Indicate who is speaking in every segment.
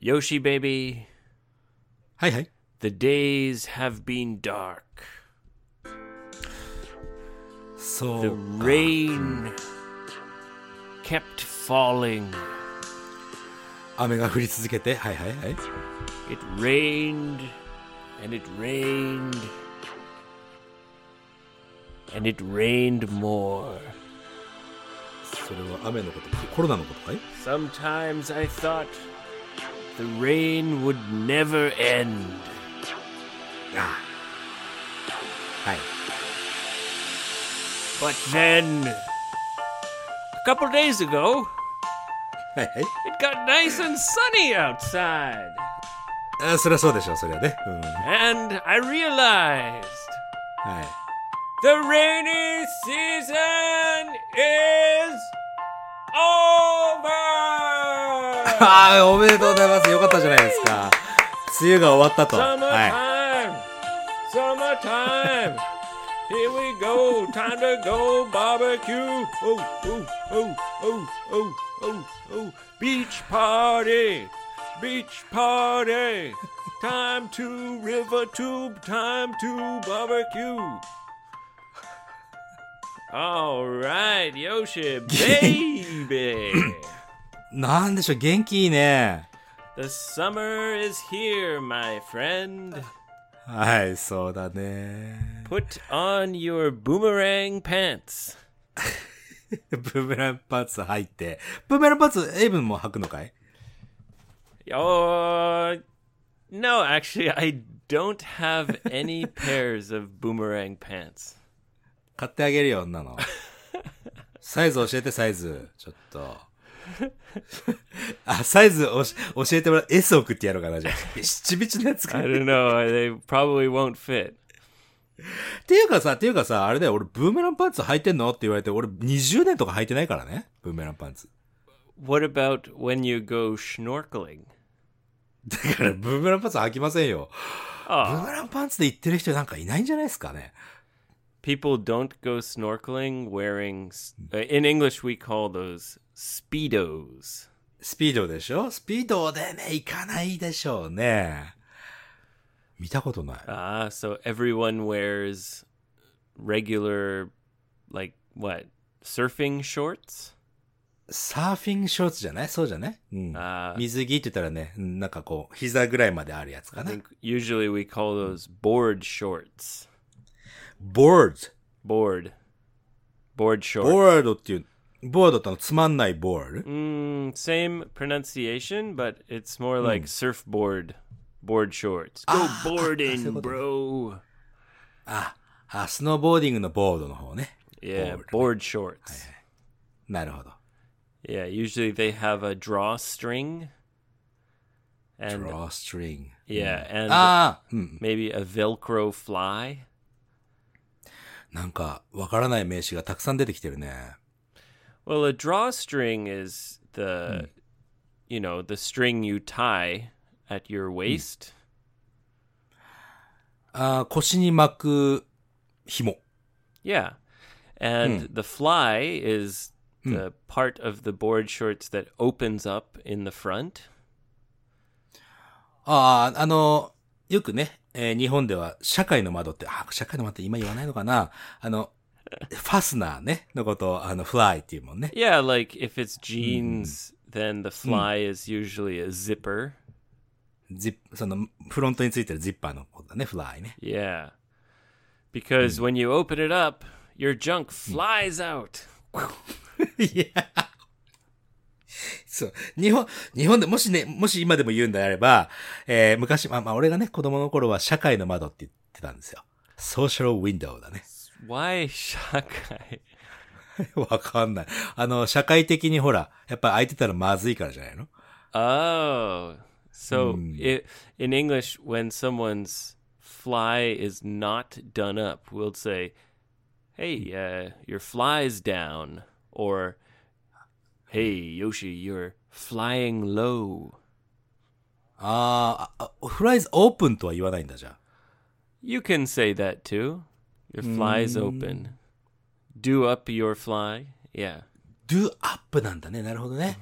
Speaker 1: Yoshi baby,
Speaker 2: はいはい
Speaker 1: the days have been dark.
Speaker 2: そう
Speaker 1: The rain kept falling.
Speaker 2: 雨が降り続けてはいはいはい
Speaker 1: It rained and it rained and it rained more.
Speaker 2: それは雨のことコロナのことかい
Speaker 1: Sometimes I thought the rain would never end.
Speaker 2: ああはい
Speaker 1: But then, a couple days ago,
Speaker 2: はいはい
Speaker 1: it got nice and sunny outside.
Speaker 2: あーそりゃそうでしょうそりゃね うんは
Speaker 1: And I realized
Speaker 2: い
Speaker 1: the rainy season is over!
Speaker 2: ああおめでとうございますよかったじゃないですか梅雨が終わったとは
Speaker 1: Summertime! Summertime! Here we go! Time to go barbecue! Oh, oh, oh, oh, oh, oh, oh! Beach party! Beach party! Time to river tube! Time to barbecue! All right, Yoshi, baby!
Speaker 2: いなんでしょう元気いいね
Speaker 1: the summer is here, my friend.
Speaker 2: はいそうだね
Speaker 1: Put on your boomerang pants.
Speaker 2: ブーメランパーツ入ってブーメランパーツエイブンも履くのかい
Speaker 1: Oh, no, actually, I don't have any pairs of boomerang pants.
Speaker 2: 買ってあげるよ女のサイズ教えてサイズちょっと あサイズおし教えてもらう S 送ってやろうかなじゃあしちびちのやつか
Speaker 1: I
Speaker 2: っ
Speaker 1: don't know. They probably won't fit.
Speaker 2: ていうかさっていうかさあれだよ俺ブーメランパンツ履いてんのって言われて俺20年とか履いてないからねブーメランパンツ
Speaker 1: What about when you go snorkeling?
Speaker 2: だからブーメランパンツ履きませんよブ
Speaker 1: Oh,
Speaker 2: ーメランパンツで言ってる人なんかいないんじゃないですかね
Speaker 1: people don't go snorkeling wearing. s- Uh, in English, we call those speedos.
Speaker 2: スピードでしょスピードでね行かないでしょうね見たことない
Speaker 1: Ah, so everyone wears regular, like what, surfing shorts?
Speaker 2: サーフィンショーツじゃないそうじゃない、うん、
Speaker 1: あー
Speaker 2: 水着って言ったらね、うんなんかこう、膝ぐらいまであるやつか
Speaker 1: I
Speaker 2: な。
Speaker 1: think usually we call those board shorts.
Speaker 2: ボード。
Speaker 1: Board. Board shorts.
Speaker 2: ボードっていう、ボードってあのつまんないボール。
Speaker 1: Mm, same pronunciation, but it's more like surfboard board shorts. Go boarding, bro.
Speaker 2: あ、スノーボーディングのボードの方ね。
Speaker 1: Yeah,
Speaker 2: Board.
Speaker 1: board, shorts.
Speaker 2: なるほど。
Speaker 1: Yeah, usually they have a drawstring and
Speaker 2: ドローストリング。
Speaker 1: yeah, and
Speaker 2: ああ、うん。
Speaker 1: maybe a velcro fly.
Speaker 2: なんか、わからない名詞がたくさん出てきてるね。
Speaker 1: Well, a drawstring is the you know, the string you tie at your waist.
Speaker 2: ああ、腰に巻く紐。
Speaker 1: Yeah. And the fly is the part of the board shorts that opens up in the front.
Speaker 2: ああ、あの、よくね、えー日本では社会の窓って、あ、社会の窓って今言わないのかなあの、ファスナーね、のことを、あの、フライっていうもんね。
Speaker 1: Yeah, like if it's jeans, then the fly is usually a zipper.
Speaker 2: ジップ、その、フロントについてるジッパーのことだね、フライね。
Speaker 1: Yeah. Because when you open it up, your junk flies out.
Speaker 2: いや。 そう。日本、日本で、もしね、もし今でも言うんであれば、えー昔、まあまあ、俺がね、子供の頃は社会の窓って言ってたんですよ。ソーシャルウィンドウだね。
Speaker 1: Why shakai?
Speaker 2: わかんない。あの、社会的にほら、やっぱ空いてたらまずいからじゃないの
Speaker 1: Oh. So i in English, when someone's fly is not done up, we'll say, hey, uh, your fly's down. Or, hey, Yoshi, you're flying low.
Speaker 2: あーああ、フライズオープンとは言わないんだじゃん。
Speaker 1: You can say that too. Your fly's open. Do up your fly. Yeah.
Speaker 2: do up なんだね。なるほどね。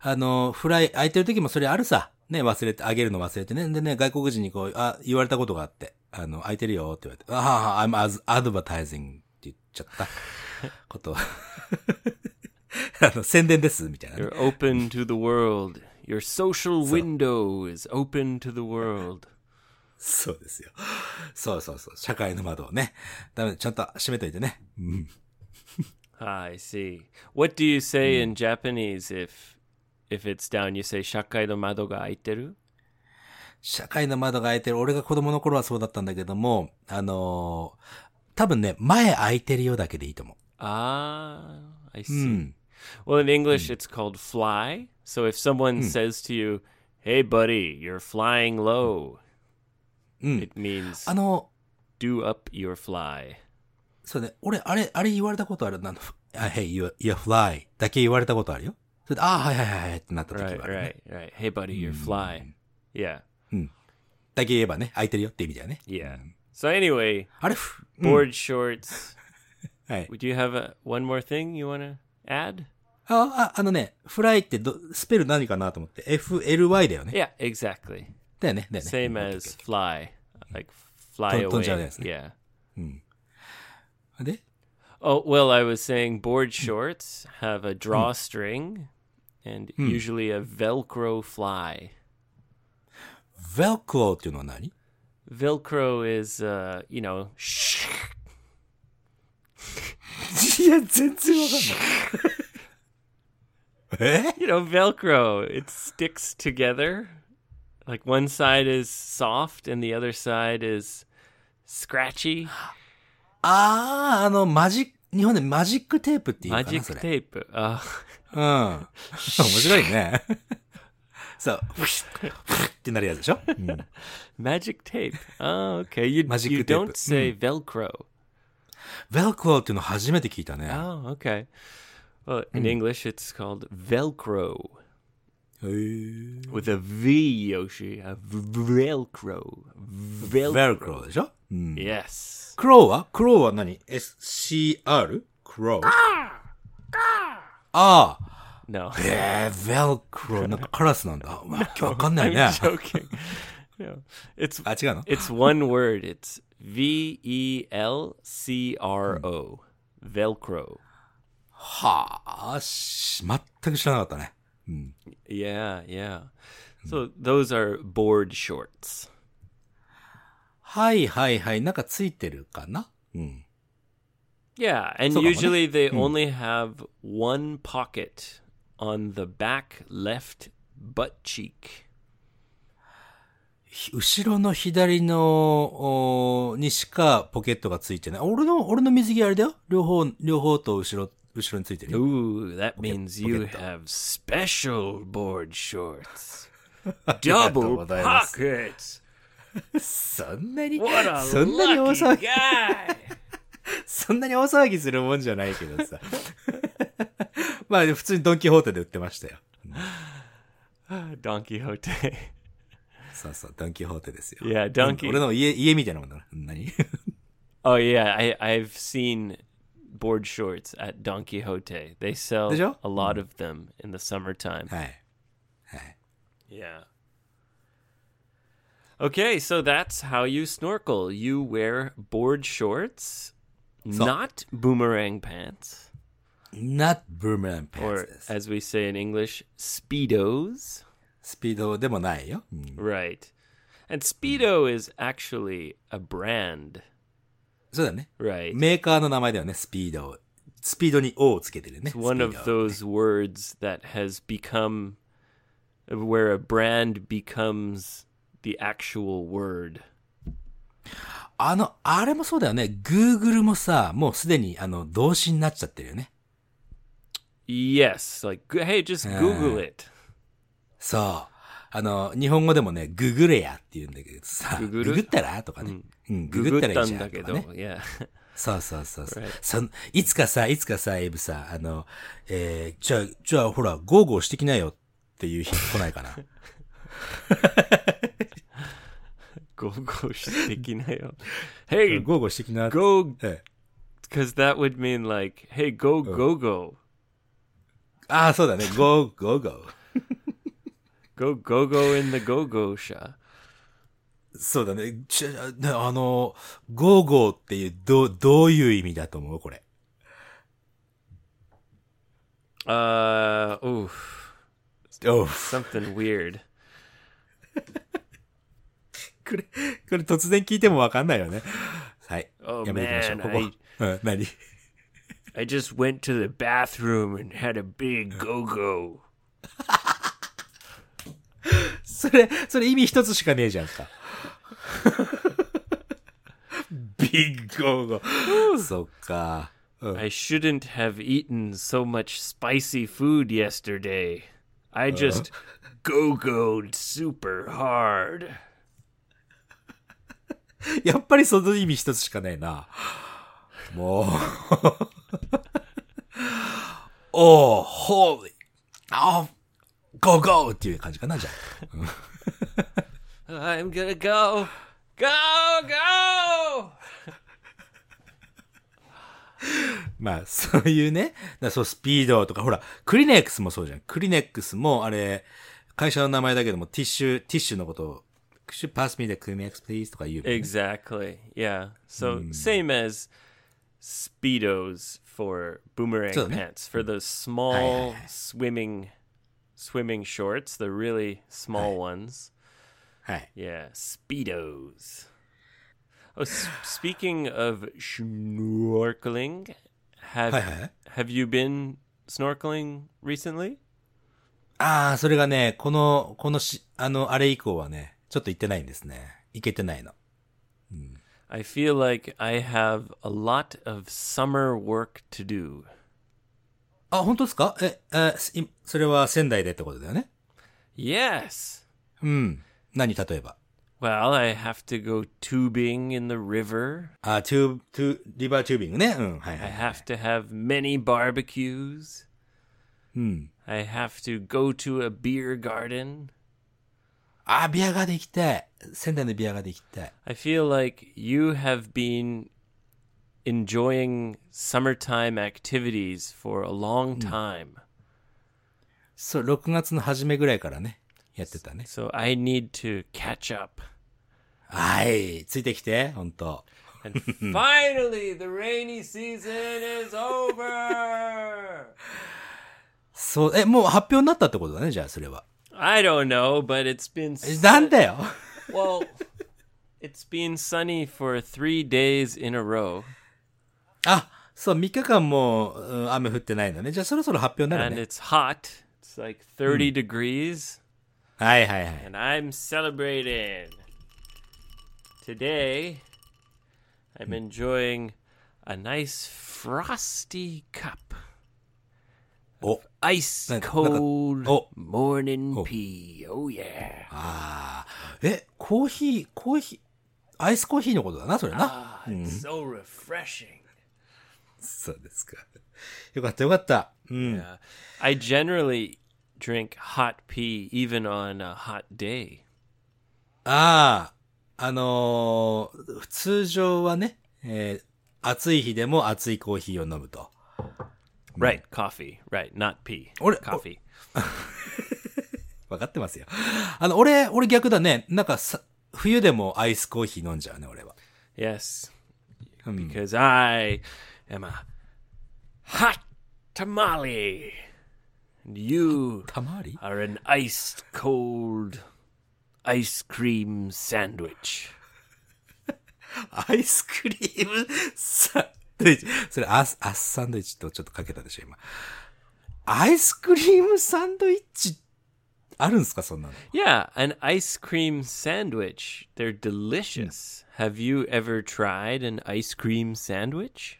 Speaker 2: あの、フライ空いてる時もそれあるさ。ね、忘れて、あげるの忘れてね。でね、外国人にこう、あ、言われたことがあって、あの、空いてるよって言われて、ああ、I'm as advertising って言っちゃったこと。 あの、宣伝です、みたいなね、
Speaker 1: You're open to the world. Your social window is open to the world.
Speaker 2: そうですよ。そうそうそう。社会の窓をね。ダメ、ちゃんと閉めといてね。うん。
Speaker 1: Ah, I see. What do you say in Japanese if if it's down? You say shakai no mado ga aiteru?
Speaker 2: 社会の窓が開いてる。俺が子供の頃はそうだったんだけども、あのー多分ね、前開いてるよだけでいいと思
Speaker 1: Ah, I
Speaker 2: う。う
Speaker 1: see.
Speaker 2: ん。
Speaker 1: Well, in English, it's called fly. So if someone says to you, "Hey, buddy, you're flying low,"
Speaker 2: Mm.
Speaker 1: it means
Speaker 2: あの、
Speaker 1: do up your fly.
Speaker 2: そうね、俺、あれ、あれ言われたことある。なんだ、あ、hey, you, you're fly だけ言われたことあるよ。それで、あーはいはいはいはいってなった時は、ね
Speaker 1: Right, right, right. Hey, buddy, you're fly. Yeah,
Speaker 2: だけ言えばね、開いてるよって意味だよね。
Speaker 1: yeah. So anyway,
Speaker 2: あれ、ふ、うん
Speaker 1: board shorts.
Speaker 2: はい。
Speaker 1: Would you have a, one more thing you want to add?
Speaker 2: あ、あ、あのね、フライってど、スペル何かなと思って、fly だよね。
Speaker 1: Yeah, exactly.
Speaker 2: だよね、だよね。
Speaker 1: Same
Speaker 2: うん OK
Speaker 1: as fly, like fly
Speaker 2: Ton- tonja
Speaker 1: away.
Speaker 2: desu ne.
Speaker 1: Yeah.
Speaker 2: で、
Speaker 1: Oh well, I was saying board
Speaker 2: Hmm.
Speaker 1: shorts have a drawstring and
Speaker 2: Hmm.
Speaker 1: usually a Velcro fly.
Speaker 2: velcro っていうのは何
Speaker 1: Velcro is, uh, you know,
Speaker 2: いや、全然わかんない。え
Speaker 1: you know, Velcro. It sticks together. Like one side is soft and the other side is scratchy.
Speaker 2: あー、あの、マジック、日本でマジックテープっていうのかな
Speaker 1: Magic
Speaker 2: それ。
Speaker 1: tape. Uh,
Speaker 2: うん。面白いね。そう、ふしってなるやつでしょ、うん、
Speaker 1: magic tape. Oh, okay. You,
Speaker 2: Magic
Speaker 1: you
Speaker 2: tape. Hmm.
Speaker 1: don't say Velcro.
Speaker 2: ?velcro っていうの初めて聞いたね。
Speaker 1: Oh, okay. Well, in English, it's called Velcro
Speaker 2: へー
Speaker 1: with a V, Yoshi. A Velcro. Velcro.
Speaker 2: velcro でしょうん。
Speaker 1: Yes.
Speaker 2: crow は ?crow は何 ?scr? crow? ああ。
Speaker 1: No.
Speaker 2: えー、velcro。なんかカラスなんだ。うわ、今日わかんない
Speaker 1: I'm
Speaker 2: ね。
Speaker 1: joking. no. It's
Speaker 2: あ、違うの
Speaker 1: it's one word. It's V E L C R O. Velcro.
Speaker 2: はあ、し全く知らなかったね。うん。
Speaker 1: Yeah, yeah. So those are board shorts.
Speaker 2: はいはいはい。なんかついてるかなうん。
Speaker 1: Yeah, and
Speaker 2: So,
Speaker 1: usually they only have one pocket on the back left butt cheek.
Speaker 2: ひ後ろの左の、おーにしかポケットがついてない。俺の、俺の水着あれだよ。両方、両方と後ろ、後ろについてるよ。
Speaker 1: Ooh, that means you
Speaker 2: pocket.
Speaker 1: have special board shorts.
Speaker 2: ありがとう
Speaker 1: Double
Speaker 2: ございます
Speaker 1: pockets.
Speaker 2: そんなに
Speaker 1: What a
Speaker 2: そんなに大
Speaker 1: lucky
Speaker 2: 騒ぎ、
Speaker 1: guy.
Speaker 2: そんなに大騒ぎするもんじゃないけどさ。 まあ、普通にドンキホーテで売ってましたよ。
Speaker 1: Don Quixote.
Speaker 2: そうそう、ドンキホーテですよ。
Speaker 1: いやドンキ
Speaker 2: うん俺の家、家みたいなもんだな。何
Speaker 1: Oh yeah, I I've seen board shorts at Don Quixote. They sell
Speaker 2: でしょ？
Speaker 1: a lot of them in the summertime.
Speaker 2: はい。はい。
Speaker 1: Yeah. Okay, so that's how you snorkel. You wear board shorts, not boomerang pants,
Speaker 2: not boomerang pants
Speaker 1: or
Speaker 2: です。
Speaker 1: as we say in English, speedos.
Speaker 2: スピードでもないよ。うん
Speaker 1: Right. And speedo is actually a brand,
Speaker 2: そうだね。
Speaker 1: right?
Speaker 2: メーカーの名前だよね、スピード。スピードに O をつけてるね。
Speaker 1: One of
Speaker 2: スピード
Speaker 1: those words that has become where a brand becomes the actual word.
Speaker 2: あの、あれもそうだよね。Google もさ、もうすでに、あの、動詞になっちゃってるよね。
Speaker 1: Yes, like g- hey, just Google it.
Speaker 2: そう。あの、日本語でもね、ググれやって言うんだけどさ、
Speaker 1: ググる
Speaker 2: ググったらとかね。うん、グ
Speaker 1: グ
Speaker 2: グ
Speaker 1: グ
Speaker 2: っ
Speaker 1: った
Speaker 2: らい
Speaker 1: た
Speaker 2: いじ
Speaker 1: ん
Speaker 2: ゃ
Speaker 1: だ
Speaker 2: んと
Speaker 1: け
Speaker 2: か
Speaker 1: ど、
Speaker 2: ね。
Speaker 1: yeah.
Speaker 2: そうそうそうそう
Speaker 1: Right.。
Speaker 2: そんいつかさ、いつかさ、エブさ、あの、えー、じゃあ、じゃあ、ほら、ゴーゴーしてきなよっていう日来ないか な。
Speaker 1: go go してきなよ. hey,
Speaker 2: ゴーゴーしてきな。
Speaker 1: go
Speaker 2: ええ
Speaker 1: because that would mean like, hey,
Speaker 2: Oh.
Speaker 1: go go go.
Speaker 2: ああ、そうだね。ゴーゴーゴー。
Speaker 1: Go go go in the go go shop.
Speaker 2: そうだね。ちああの、ゴーゴーっていう、ど、どういう意味だと思うこれ。
Speaker 1: Uh, oof.
Speaker 2: おう
Speaker 1: Something weird.
Speaker 2: これ、これ突然聞いてもわかんないよね。はい。
Speaker 1: Oh,
Speaker 2: やめていきましょう。
Speaker 1: man,
Speaker 2: ここ。うん、何
Speaker 1: I just went to the bathroom and had a big go go.
Speaker 2: それ、それ意味一つしかねえじゃんか。 ビッグゴーゴー。そっか。うん、
Speaker 1: I shouldn't have eaten so much spicy food yesterday. I
Speaker 2: Uh-huh.
Speaker 1: just go goed super hard.
Speaker 2: やっぱりその意味一つしかないな。もう。 おー、ホーリー。あゴーゴーっていう感じかな、じゃあ。
Speaker 1: I'm gonna go. Go, go!
Speaker 2: まあ、そういうね、だからそう、スピードとか、ほら、クリネックスもそうじゃん。クリネックスも、あれ、会社の名前だけども、ティッシュ、ティッシュのことを、クシュパスミでクリネックス、プリーズとか言うもんね、
Speaker 1: Exactly. Yeah. So same as speedos for boomerang
Speaker 2: そうだね。
Speaker 1: pants for those small swimming swimming shorts, the really small ones.
Speaker 2: はい。
Speaker 1: Yeah, speedos. Oh, s- speaking of snorkeling,
Speaker 2: はい
Speaker 1: have
Speaker 2: はいはい。
Speaker 1: have you been snorkeling recently?
Speaker 2: ああ、それがね、この、このし、あの、あれ以降はね、ちょっと行ってないんですね。行けてないの。
Speaker 1: I feel like I have a lot of summer work to do.
Speaker 2: あ、本当ですかえ、え、すいそれは仙台でってことだよね。
Speaker 1: Yes.
Speaker 2: うん。何、例えば。
Speaker 1: Well, I have to go tubing in the river.
Speaker 2: あ、トゥー、トゥー、リバーチュービングね。うん、はいは
Speaker 1: I
Speaker 2: い。
Speaker 1: have to have many barbecues.
Speaker 2: うん。
Speaker 1: I have to go to a beer garden.
Speaker 2: あ、ビアガーで行きたい。仙台のビアガーで行きたい。
Speaker 1: I feel like you have been enjoying summertime activities for a long time.
Speaker 2: そう、6月の初めぐらいからね、やってたね。
Speaker 1: So I need to catch up.
Speaker 2: はい、ついてきて、ほんと。
Speaker 1: And finally, the rainy season is over.
Speaker 2: そう、え、もう発表になったってことだね、じゃあ、それは。
Speaker 1: I don't know, but it's been
Speaker 2: えなんだよ
Speaker 1: Well, it's been sunny for three days in a row,
Speaker 2: あ、そう、3日間もう、うん雨降ってないのね。じゃあ、そろそろ発表になる
Speaker 1: and
Speaker 2: ね。
Speaker 1: it's hot. It's like
Speaker 2: Hmm.
Speaker 1: 30 degrees,
Speaker 2: はいはいはい。
Speaker 1: and I'm celebrating. Today,
Speaker 2: Hmm.
Speaker 1: I'm enjoying a nice frosty cup.
Speaker 2: お、
Speaker 1: Ice
Speaker 2: Like- like a-
Speaker 1: cold
Speaker 2: oh. Ah,
Speaker 1: morning pee. Oh, yeah.
Speaker 2: あーえ、コーヒー、コーヒー、アイスコーヒーのことだな、それな。
Speaker 1: Ah,
Speaker 2: mm-hmm.
Speaker 1: it's so refreshing.
Speaker 2: そうですか。よかったよかった。うん。
Speaker 1: Uh, I generally drink hot pee even on a hot day.
Speaker 2: ああ、あのー通常はね、えー暑い日でも熱いコーヒーを飲むと。
Speaker 1: Right, coffee. Right, not pee.
Speaker 2: Or-
Speaker 1: coffee.
Speaker 2: わかってますよ。あの、俺、俺逆だね。なんかさ、冬でもアイスコーヒー飲んじゃうね、俺は。
Speaker 1: Yes. Because I am a hot tamale. And you
Speaker 2: たまり
Speaker 1: are an iced cold ice cream sandwich.
Speaker 2: アイスクリーム サンドイッチ。それ、アス、アスサンドイッチとちょっとかけたでしょ、今。アイスクリームサンドイッチ、あるんすか、そんなの。
Speaker 1: Yeah, an ice cream sandwich. They're delicious. Have you ever tried an ice cream sandwich?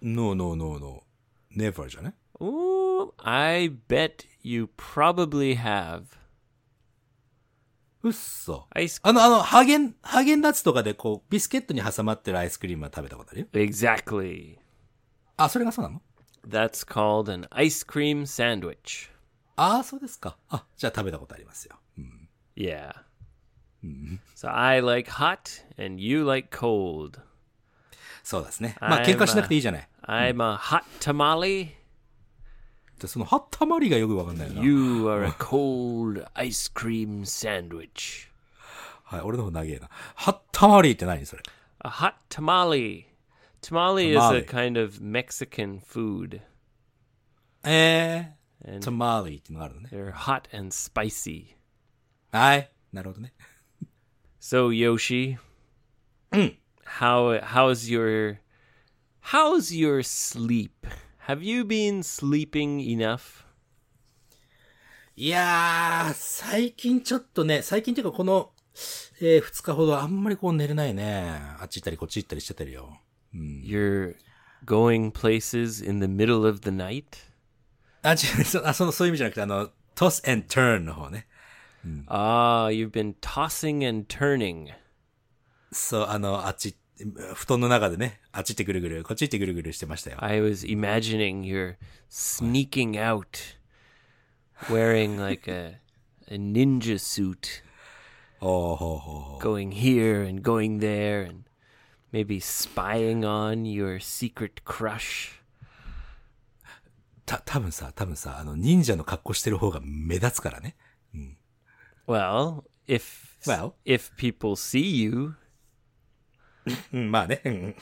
Speaker 2: No, no, no, no. Never じゃね
Speaker 1: Ooh, I bet you probably have.
Speaker 2: うっそ。
Speaker 1: Ice
Speaker 2: あの、あの、ハーゲン、ハーゲンダッツとかでこう、ビスケットに挟まってるアイスクリームは食べたことあるよ。
Speaker 1: Exactly.
Speaker 2: あ、それがそうなの
Speaker 1: That's called an ice cream sandwich.
Speaker 2: ああ、そうですか。あ、じゃあ食べたことありますよ。
Speaker 1: Yeah. So I like hot and you like cold.
Speaker 2: そうですね。まあ、
Speaker 1: I'm,
Speaker 2: 喧嘩しなくていいじゃない。
Speaker 1: I'm a hot tamale
Speaker 2: って、その、はったまりがよくわかんないな。
Speaker 1: You are a cold ice cream sandwich.
Speaker 2: はい、俺の方長えな。はったまりって何それ。
Speaker 1: A hot tamale. Tamale,
Speaker 2: Tamale.
Speaker 1: is a kind of Mexican food.
Speaker 2: えー、
Speaker 1: And-
Speaker 2: たまりってのがあるのね。
Speaker 1: They're hot and spicy.
Speaker 2: はい。なるほどね。
Speaker 1: So Yoshi, how how's your how's your sleep? Have you been sleeping enough?
Speaker 2: いやー、最近ちょっとね、最近っていうかこの、えー、二日ほどあんまりこう寝れないね。あっち行ったりこっち行ったりしててるよ。
Speaker 1: You're going places in the middle of the night?
Speaker 2: あ、違う、そあその、そういう意味じゃなくて、あの、toss and turn の方ね。
Speaker 1: Ah, you've been tossing and turning.
Speaker 2: そう、あの、あっち、布団の中でね、あっち行ってぐるぐる、こっち行ってぐるぐるしてましたよ。
Speaker 1: I was imagining you're sneaking out wearing like a a ninja suit,
Speaker 2: おーほうほうほ
Speaker 1: going here and going there and maybe spying on your secret crush.
Speaker 2: う。た、多分さ、多分さ、あの、忍者の格好してる方が目立つからね。
Speaker 1: Well, if
Speaker 2: Well.
Speaker 1: if people see you,
Speaker 2: うん、まあね。うんうん。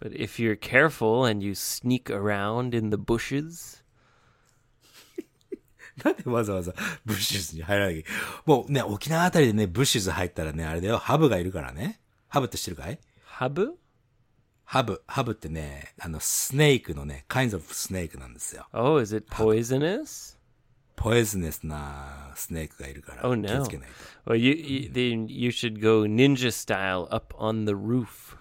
Speaker 1: but if you're careful and you sneak around in the bushes,
Speaker 2: なんでわざわざブッシュズに入らなきゃもうね、沖縄あたりでね、ブッシュズ入ったらね、あれだよ、ハブがいるからね。ハブって知ってるかい
Speaker 1: habu?
Speaker 2: ハブ、ハブってね、あの、スネークのね、kinds of スネークなんですよ。
Speaker 1: Oh, is it poisonous?
Speaker 2: ポエズネスなスネークがいるから、
Speaker 1: Oh, no.
Speaker 2: 気をつけないと。
Speaker 1: Well, you, you then you should go ninja style up on the roof.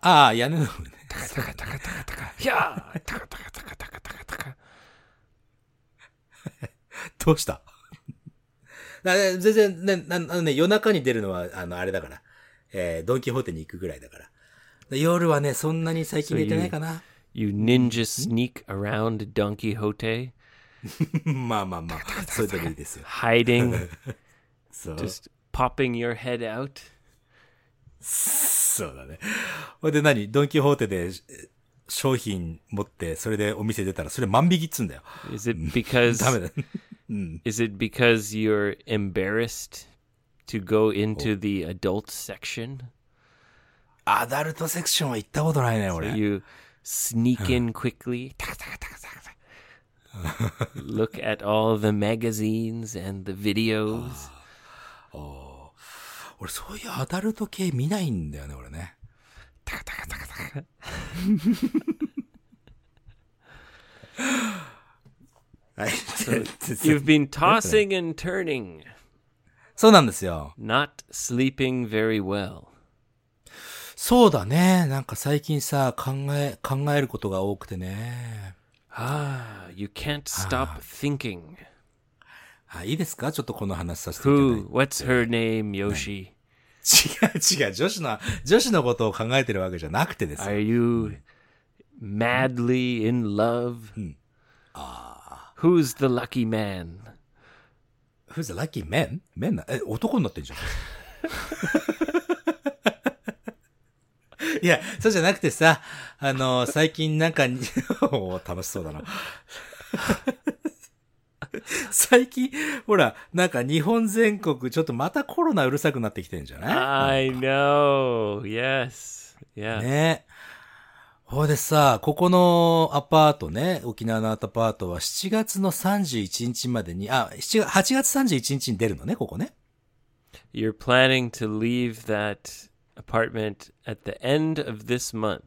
Speaker 2: ああ、屋根の上ね。
Speaker 1: Yeah.
Speaker 2: どうしただ全然ね、なあのね、夜中に出るのは、あの、あれだから。えードンキホーテに行くぐらいだから。で夜はね、そんなに最近寝てないかな。
Speaker 1: You ninja sneak around Don Quixote,
Speaker 2: まあまあまあ、そういう時いいですよ。
Speaker 1: hiding,
Speaker 2: そう。
Speaker 1: just popping your head out.
Speaker 2: そうだね。ほいで何ドンキホーテでえー商品持って、それでお店出たら、それ万引きっつうんだよ。
Speaker 1: Is Mm. it because
Speaker 2: ダメだ。
Speaker 1: Is it because you're embarrassed to go into the adult section?
Speaker 2: アダルトセクションは行ったことないね、俺。
Speaker 1: You sneak in quickly. Look at all the magazines and the videos.
Speaker 2: 俺、そういうアダルト系見ないんだよね、俺ね。 はい。
Speaker 1: You've been tossing and turning,
Speaker 2: そうなんですよ。
Speaker 1: not sleeping very well.
Speaker 2: そうだね。なんか最近さ、考え、考えることが多くてね。
Speaker 1: Ah, you can't stop thinking.
Speaker 2: はい、いいですかちょっとこの話させていただいて
Speaker 1: Who? What's her name, Yoshi?
Speaker 2: 違う違う、女子の、女子のことを考えてるわけじゃなくてですよ
Speaker 1: Are you madly in love? Ah. Who's the lucky man?
Speaker 2: Who's the lucky man? man な、え、男になってんじゃん。いや、そうじゃなくてさ、あの、最近なんかに、おー楽しそうだな。最近、ほら、なんか日本全国、ちょっとまたコロナうるさくなってきてんじゃない
Speaker 1: I know. Yes. Yeah.
Speaker 2: ね。ほいでさ、ここのアパートね、沖縄のアパートは7月の31日までに、あ、7月、8月31日に出るのね、ここね。
Speaker 1: You're planning to leave that apartment at the end of this month,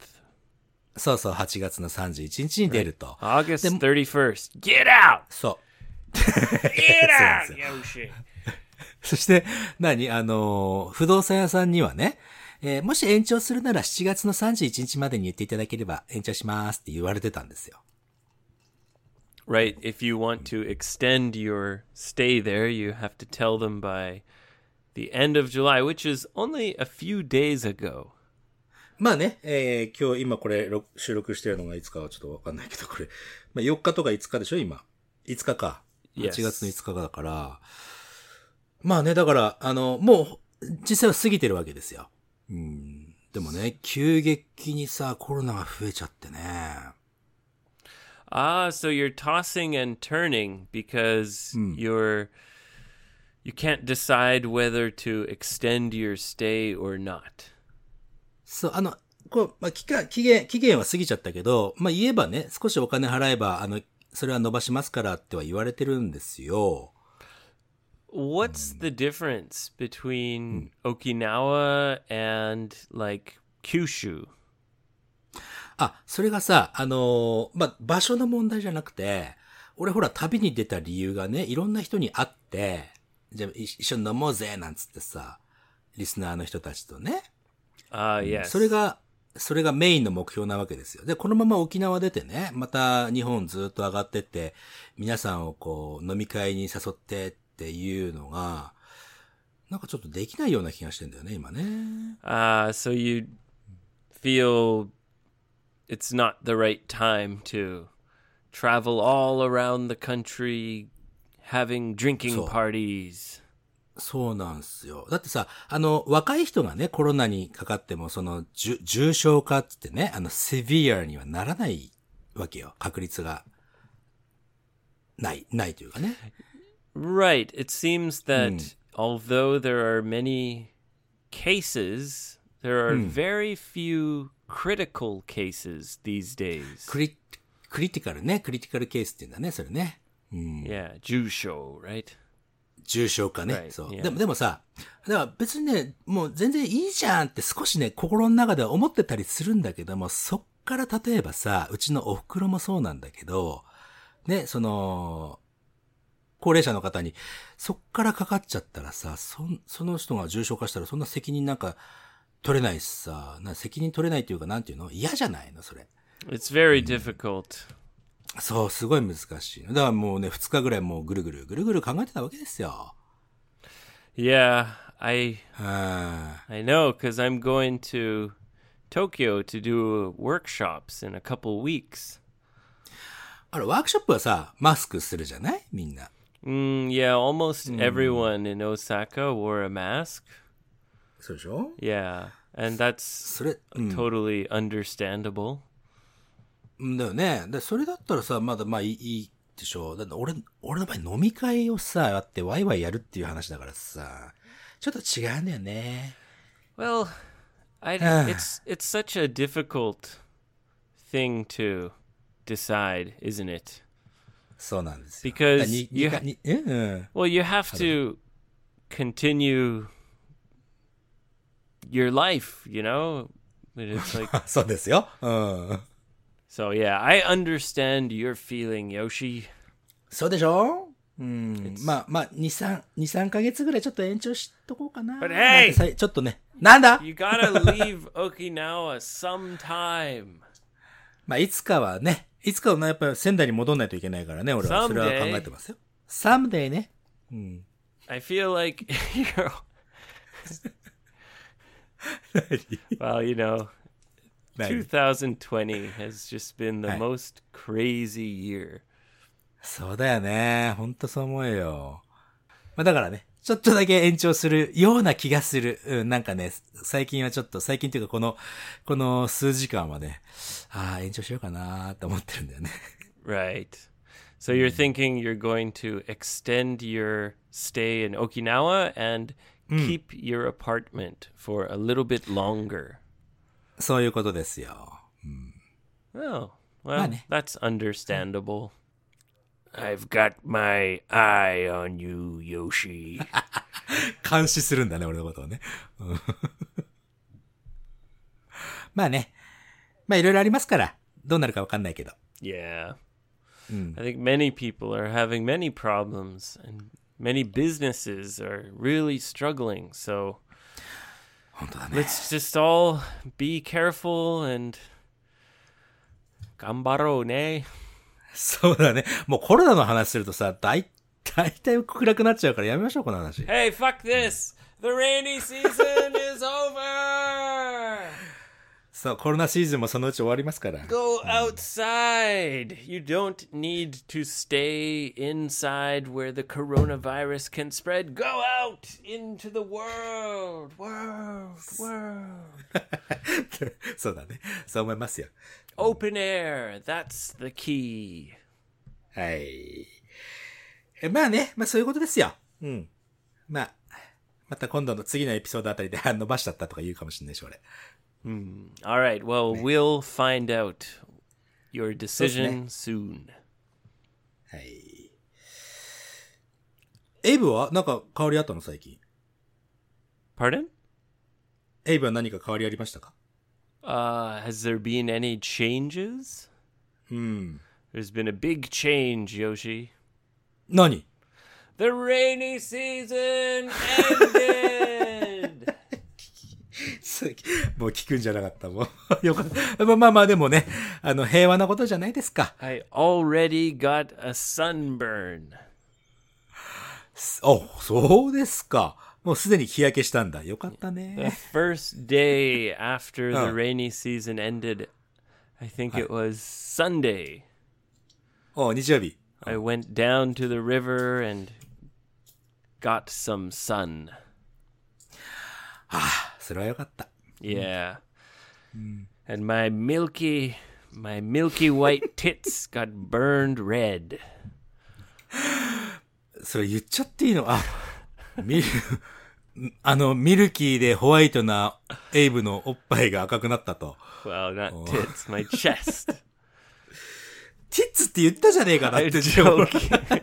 Speaker 2: そうそう、8月の31日に出ると。
Speaker 1: August
Speaker 2: Then-
Speaker 1: 31st. Get out!
Speaker 2: そう。
Speaker 1: Get
Speaker 2: そうなんで
Speaker 1: out,
Speaker 2: すよ
Speaker 1: Yoshi!
Speaker 2: そして、何あのー、不動産屋さんにはね、えーもし延長するなら7月の31日までに言っていただければ延長しますって言われてたんですよ。
Speaker 1: Right. If you want to extend your stay there, you have to tell them by the end of July, which is only a few days ago.
Speaker 2: まあね、えー今日今これ録収録してるのがいつかはちょっとわかんないけど、これ、まあ、4日とか5日でしょ、今。5日か。
Speaker 1: Yes.
Speaker 2: 8月の5日だから。まあね、だから、あの、もう、実際は過ぎてるわけですよ。うん。でもね、急激にさ、コロナが増えちゃってね。
Speaker 1: Ah, so you're tossing and turning because you're you can't decide whether to extend your stay or not.
Speaker 2: そう、あの、こう、まあ、期間、期限、期限は過ぎちゃったけど、まあ、言えばね、少しお金払えば、あの、それは伸ばしますからっては言われてるんですよ。
Speaker 1: What's the difference between Okinawa and like Kyushu?
Speaker 2: あ、それがさ、あのーまあ、場所の問題じゃなくて、俺ほら旅に出た理由がね、いろんな人に会って、じゃあい一緒に飲もうぜ、なんつってさ、リスナーの人たちとね。
Speaker 1: Ah, yes.
Speaker 2: それが、それがメインの目標なわけですよ。で、このまま沖縄出てね、また日本ずっと上がってって、皆さんをこう、飲み会に誘ってっていうのが、なんかちょっとできないような気がしてんだよね、今ね。
Speaker 1: Ah, so you feel it's not the right time to travel all around the country having drinking
Speaker 2: So-
Speaker 1: parties.
Speaker 2: そうなんすよ。だってさ、あの、若い人がね、コロナにかかっても、その、重重症化ってってね、あの、セビアにはならないわけよ。確率が。ない、ないというかね。
Speaker 1: Right. It seems that although there are many cases, there are very few critical cases these days.
Speaker 2: クリ、クリティカルね、クリティカルケースって言うんだね、それね。
Speaker 1: yeah, Hmm. Jusho, right?
Speaker 2: 重症化ね。
Speaker 1: Right,
Speaker 2: そう。
Speaker 1: yeah.
Speaker 2: でも、でもさ、だから別にね、もう全然いいじゃんって少しね、心の中では思ってたりするんだけども、そっから例えばさ、うちのお袋もそうなんだけど、ね、その、高齢者の方に、そっからかかっちゃったらさ、そん、その人が重症化したらそんな責任なんか取れないしさ、な責任取れないっていうかなんていうの嫌じゃないのそれ。
Speaker 1: It's very difficult.
Speaker 2: そう、すごい難しいの。だからもうね、二日ぐらいもうぐるぐるぐるぐる考えてたわけですよ。
Speaker 1: Yeah, I
Speaker 2: うん。
Speaker 1: I know cuz I'm going to Tokyo to do workshops in a couple weeks.
Speaker 2: あれ、ワークショップはさ、マスクするじゃないみんな。
Speaker 1: Mm, yeah, almost everyone in Osaka wore a mask.
Speaker 2: そうでしょ
Speaker 1: Yeah, and that's
Speaker 2: それ、
Speaker 1: Hmm.
Speaker 2: うん。
Speaker 1: totally understandable.
Speaker 2: だよね。で、それだったらさ、まだまあいい、いいでしょだって俺、俺の場合飲み会をさ、あってワイワイやるっていう話だからさ、ちょっと違うんだよね。
Speaker 1: Well, I it's it's such a difficult thing to decide, isn't it?
Speaker 2: そうなんですよ。
Speaker 1: Because
Speaker 2: だからに
Speaker 1: you
Speaker 2: にかにうんうん。
Speaker 1: Well, you have to continue your life, you know? But It's like
Speaker 2: あそうですよ。うん。
Speaker 1: so yeah, I understand your feeling, Yoshi.
Speaker 2: そうでしょうん。まあまあ、2、3、二三ヶ月ぐらいちょっと延長しとこうかな。
Speaker 1: But hey！
Speaker 2: なんてさちょっとね。なんだ
Speaker 1: You gotta leave Okinawa sometime.
Speaker 2: まあ、いつかはね、いつかはねやっぱり仙台に戻んないといけないからね、俺は。
Speaker 1: Someday
Speaker 2: それは考えてますよ。サムデイ ね。
Speaker 1: I feel like you're well, you know, 2020 has just been the
Speaker 2: Right.
Speaker 1: most crazy year.
Speaker 2: そうだよね。ほんとそう思うよ。まあ、だからね、ちょっとだけ延長するような気がする。うん、なんかね、最近はちょっと、最近っていうかこの、この数時間はね、ああ、延長しようかなーって思ってるんだよね。
Speaker 1: Right. So you're thinking you're going to extend your stay in Okinawa and keep your apartment for a little bit longer.
Speaker 2: そういうことですよ。
Speaker 1: Oh, well,
Speaker 2: Vale.
Speaker 1: that's understandable. I've got my eye on you, Yoshi.
Speaker 2: 監視するんだね、俺のことをね。 うんまあね。まあいろいろありますから、どうなるかわかんないけど。
Speaker 1: yeah. I think many people are having many problems and many businesses are really struggling. So
Speaker 2: 本当だね。
Speaker 1: let's just all be careful and gambaro ne.
Speaker 2: そうだね。もうコロナの話するとさ、大大体暗くなっちゃうからやめましょう、この話。
Speaker 1: Hey, fuck this. The rainy season is over.
Speaker 2: そう、コロナシーズンもそのうち終わりますから。
Speaker 1: Go outside. You don't need to stay inside where the coronavirus can spread. Go out into the world. World. World.
Speaker 2: そうだね。そう思いますよ。
Speaker 1: Open air. That's the key.
Speaker 2: はい。えまあね、まあそういうことですよ。うん。まあ、また今度の次のエピソードあたりで あ伸ばしちゃったとか言うかもしれないし、俺。
Speaker 1: All right. Well, we'll find out your decision soon.
Speaker 2: はい。エイブはなんか変わりあったの最近。
Speaker 1: Pardon?
Speaker 2: エイブは何か変わりありましたか
Speaker 1: Uh, has there been any changes? Hmm. There's been a big change, Yoshi.
Speaker 2: 何
Speaker 1: The rainy season ended.
Speaker 2: もう聞くんじゃなかった、もう。 よかった。まあまあまあ、でもね、あの、平和なことじゃないですか。
Speaker 1: I already got a sunburn.
Speaker 2: あ、そうですか。もうすでに日焼けしたんだ。よかった
Speaker 1: The
Speaker 2: ね。
Speaker 1: first day after the
Speaker 2: Oh.
Speaker 1: rainy season ended, I think it was Sunday.
Speaker 2: お日曜日。
Speaker 1: I went down to the river and got some sun.
Speaker 2: それはよかった。
Speaker 1: Yeah. And my milky my milky white tits got burned red.
Speaker 2: それ言っちゃっていいのあ、ミル、 あの、ミルキーでホワイトなエイブのおっぱいが赤くなったと。
Speaker 1: Well, not tits, my chest.
Speaker 2: ティッツって言ったじゃねえかなっ
Speaker 1: I'm
Speaker 2: て。でも
Speaker 1: joking.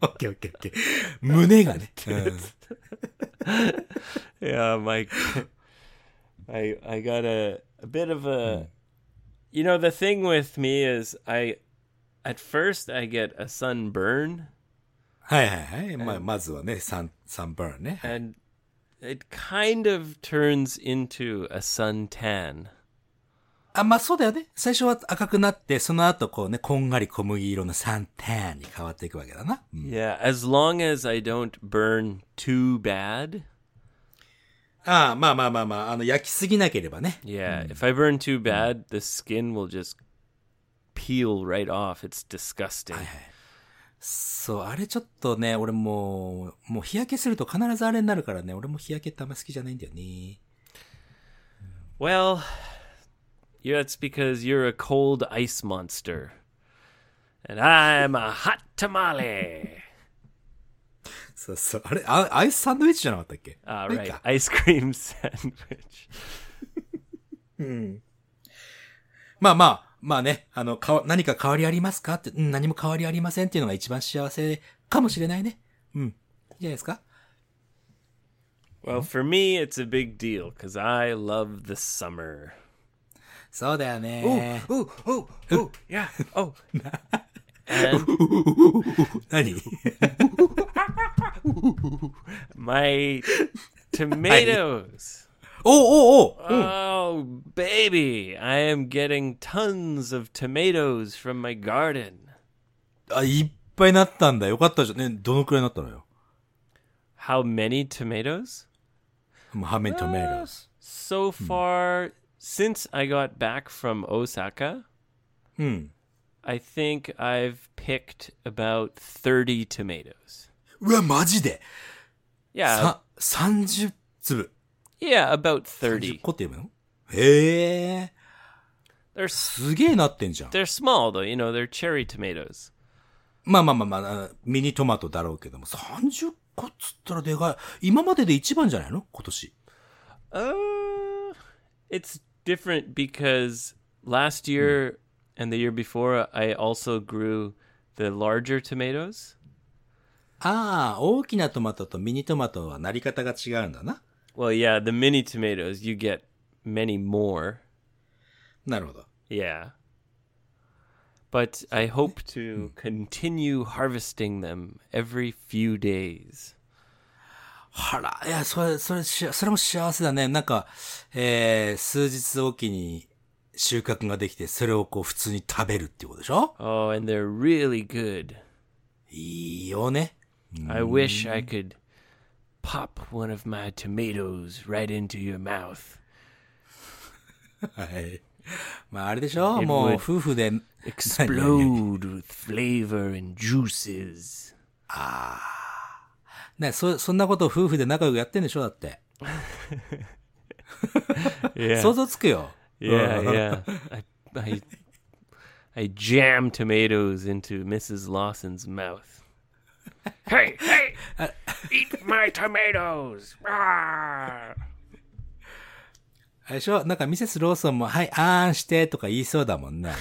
Speaker 2: オッケーオッケーオッケー。胸がね。 うん、
Speaker 1: Yeah, my I I got a a bit of a you know the thing with me is I at first I get a sunburn
Speaker 2: はいはいはい。まあ、まずはね、サン、サンバーンね。
Speaker 1: and it kind of turns into a suntan.
Speaker 2: あ、まあそうだよね。最初は赤くなって、その後こうね、こんがり小麦色のサンタンに変わっていくわけだな。うん、
Speaker 1: Yeah, as long as I don't burn too bad.
Speaker 2: ああ、まあまあまあまあ、あの、焼きすぎなければね。
Speaker 1: Yeah, if I burn too bad, the skin will just peel right off. It's disgusting.
Speaker 2: そう、あれちょっとね、俺もう、もう日焼けすると必ずあれになるからね、俺も日焼けってあんま好きじゃないんだよね。
Speaker 1: Well, yeah, it's because you're a cold ice monster. And I'm a hot tamale.
Speaker 2: そうそう。あれあアイスサンドイッチじゃなかったっけ
Speaker 1: All
Speaker 2: まあいい
Speaker 1: right,
Speaker 2: か
Speaker 1: ice cream sandwich.
Speaker 2: まあまあ、まあね、あの、かわ何か変わりありますかって、うん、何も変わりありませんっていうのが一番幸せかもしれないね。うん。いいじゃないですか
Speaker 1: Well, for me, it's a big deal because I love the summer.
Speaker 2: そうだよね。
Speaker 1: Ooh, ooh, ooh, yeah. Oh. And
Speaker 2: 何
Speaker 1: my tomatoes.
Speaker 2: おうおうおう
Speaker 1: Oh, baby, I am getting tons of tomatoes from my garden.
Speaker 2: あ、いっぱいなったんだ。よかったじゃん。ね、どのくらいなったのよ。
Speaker 1: How many tomatoes? Uh,
Speaker 2: もう、ハメントメロス。
Speaker 1: So far, since I got back from Osaka,
Speaker 2: うん。
Speaker 1: I think I've picked about 30 tomatoes.
Speaker 2: うわ、マジで
Speaker 1: Yeah,
Speaker 2: さ、30粒。
Speaker 1: yeah, about
Speaker 2: 30
Speaker 1: 30.
Speaker 2: 個って言えばいいのへえ。
Speaker 1: They're s-
Speaker 2: すげえなってんじゃん。
Speaker 1: they're small though, you know, they're cherry tomatoes.
Speaker 2: まあまあまあまああの、ミニトマトだろうけども、30個っつったらでかい。今までで一番じゃないの今年。
Speaker 1: Uh, it's different because last year and the year before, I also grew the larger tomatoes.
Speaker 2: ああ、大きなトマトとミニトマトはなり方が違うんだな。
Speaker 1: Well, yeah, the mini tomatoes, you get many more.
Speaker 2: なるほど。
Speaker 1: Yeah. But I hope to continue harvesting them every few days.
Speaker 2: はら、いや、それ、それ、しそれも幸せだね。なんか、えー、数日おきに収穫ができて、それをこう普通に食べるっていうことでしょ
Speaker 1: Oh, and they're really good.
Speaker 2: いいよね。
Speaker 1: I wish I could pop one of my tomatoes right into your mouth.
Speaker 2: はい。まあ、あれでしょ
Speaker 1: It
Speaker 2: もう、
Speaker 1: would
Speaker 2: 夫婦で、
Speaker 1: Explode with flavor and juices.
Speaker 2: ね、そ、そんなことを夫婦で仲良くやってんでしょだって。
Speaker 1: Yeah.
Speaker 2: 想像つくよ。
Speaker 1: yeah, yeah. I, I, I jam tomatoes into Mrs. Lawson's mouth. hey, hey! eat my tomatoes! Ah!
Speaker 2: あれでしょなんかミセス・ローソンも、はい、あーんしてとか言いそうだもんね。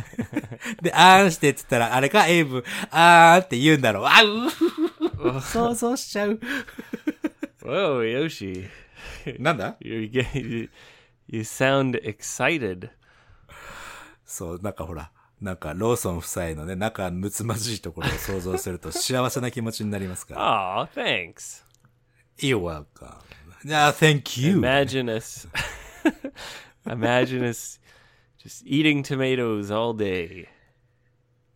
Speaker 2: で、あーんしてって言ったら、あれか、エイブ、あーんって言うんだろう。あう想像しちゃう。
Speaker 1: Whoa, Yoshi.
Speaker 2: なんだ
Speaker 1: You're getting, you, you sound excited.
Speaker 2: そう、なんかほら、なんかローソン夫妻のね、仲睦まじいところを想像する と幸せな気持ちになりますから。
Speaker 1: Aw, thanks.
Speaker 2: You're welcome. Yeah, thank you.
Speaker 1: Imagine us. imagine us just eating tomatoes all day.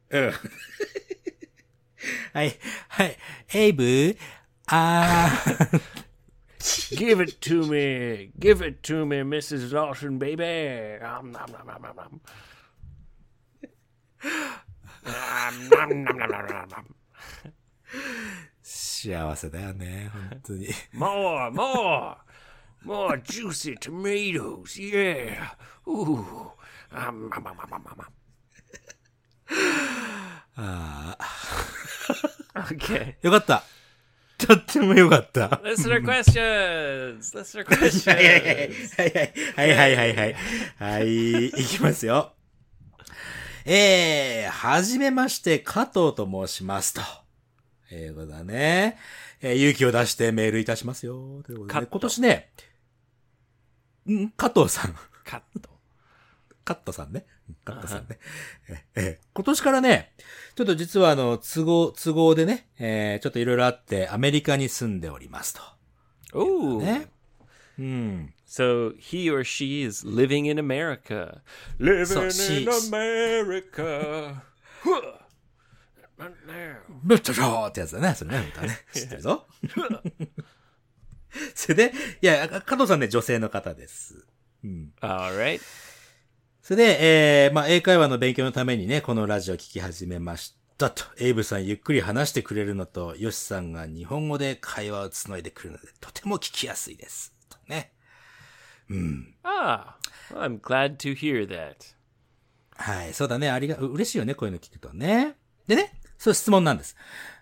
Speaker 2: うん はい、はい、エイブ、あー、
Speaker 1: Give it to me. Give it to me, Mrs. Lawson, baby. Om nom nom nom nom nom. Om nom nom nom nom nom nom.
Speaker 2: 幸せだよね、本当に。
Speaker 1: More, more, more juicy tomatoes. Yeah. Ooh. Om nom nom nom nom nom. Ah. okay.
Speaker 2: よかった。とってもよかった。
Speaker 1: Listener questions. Listener questions.
Speaker 2: はいはいはいはいはいはい。はい、いきますよ。えー、はじめまして、加藤と申しますと。えー、ことだね。えー、勇気を出してメールいたしますよ。ということ
Speaker 1: カッ
Speaker 2: で、
Speaker 1: ト
Speaker 2: 今年ね、ん加藤さん。
Speaker 1: Cut.
Speaker 2: カットさんね。カットさんね。ええ今年からね、ちょっと実はあの、都合、都合でね、えー、ちょっといろいろあって、アメリカに住んでおりますと。
Speaker 1: Ooh.
Speaker 2: ね。うん。
Speaker 1: So he or she is living in America. Living
Speaker 2: she is.
Speaker 1: America. Huh. Right now.
Speaker 2: ブッチョショーってやつだね、それね、歌ね。知ってるぞ。 それで、いや、か加藤さんね、女性の方です。
Speaker 1: All right.
Speaker 2: それで、えー、まあ、英会話の勉強のためにね、このラジオ聞き始めましたと。エイブさんゆっくり話してくれるのと、ヨシさんが日本語で会話をつないでくるので、とても聞きやすいです。とね。
Speaker 1: Ah, well, I'm glad to hear that.
Speaker 2: はい、そうだね。ありが、う嬉しいよね、こういうの聞くとね。でね、そう質問なんです。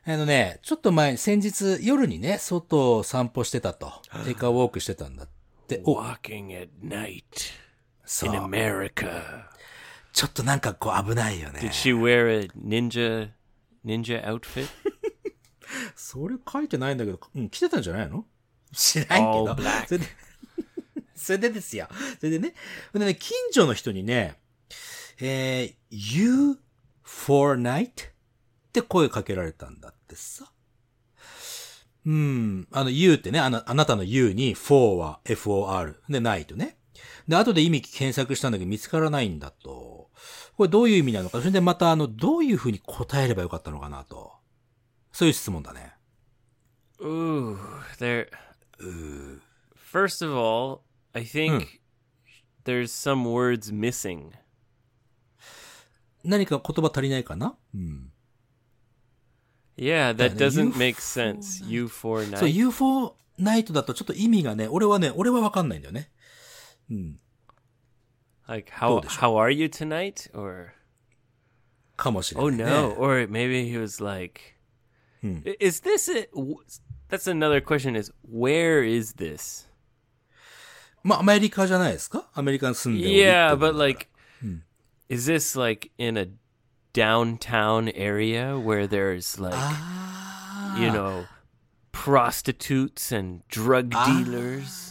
Speaker 2: あのね、ちょっと前、先日夜にね、外を散歩してたと。テイカーウォークしてたんだって。お、
Speaker 1: Walking at night
Speaker 2: そ
Speaker 1: in
Speaker 2: う。
Speaker 1: America.
Speaker 2: ちょっとなんかこう危ないよね
Speaker 1: Did。she wear a ninja ninja outfit?
Speaker 2: それ書いてないんだけど、うん、来てたんじゃないの知らんけ
Speaker 1: All
Speaker 2: ど
Speaker 1: black.。
Speaker 2: それで、 それでですよ。それでね、でね、近所の人にね、えー、you for night? って声かけられたんだってさ。うん、あの you ってね、あの、あなたの you に for は for で night ね。で、後で意味検索したんだけど見つからないんだと。これどういう意味なのか。それでまたあの、どういう風に答えればよかったのかなと。そういう質問だね。
Speaker 1: Ooh, there. First of all, I think there's some words missing.
Speaker 2: 何か言葉足りないかなうん。
Speaker 1: Yeah,
Speaker 2: Yeah,
Speaker 1: that
Speaker 2: the
Speaker 1: doesn't
Speaker 2: U
Speaker 1: make sense. U four
Speaker 2: そ
Speaker 1: nine.
Speaker 2: う、UFO ナイトだとちょっと意味がね、俺はね、俺はわかんないんだよね。
Speaker 1: Like how
Speaker 2: どうでしょう？
Speaker 1: how are you tonight? Or
Speaker 2: かもしれな
Speaker 1: oh
Speaker 2: い、ね。
Speaker 1: no, or maybe he was like, "I- is this it? w- That's another question. Is where is this?
Speaker 2: まあ、アメリカじゃないですかアメリカに住んでおるってことだ
Speaker 1: Yeah,
Speaker 2: から
Speaker 1: but like, is this like in a downtown area where there's like
Speaker 2: あー
Speaker 1: you know prostitutes and drug dealers?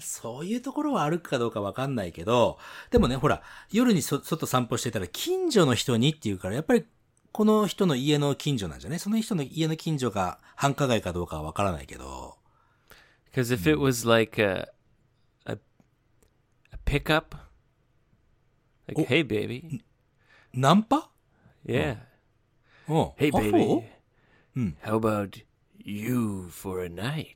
Speaker 2: そういうところは歩くかどうかわかんないけど、でもね、ほら、夜にそ外散歩してたら、近所の人にっていうから、やっぱり、この人の家の近所なんじゃねその人の家の近所が繁華街かどうかはわからないけど。
Speaker 1: Because if it was like a a, a pickup, like
Speaker 2: Oh.
Speaker 1: hey baby,
Speaker 2: ナンパ
Speaker 1: yeah.
Speaker 2: うん。
Speaker 1: Hey,
Speaker 2: あそう
Speaker 1: baby. How about you for a night.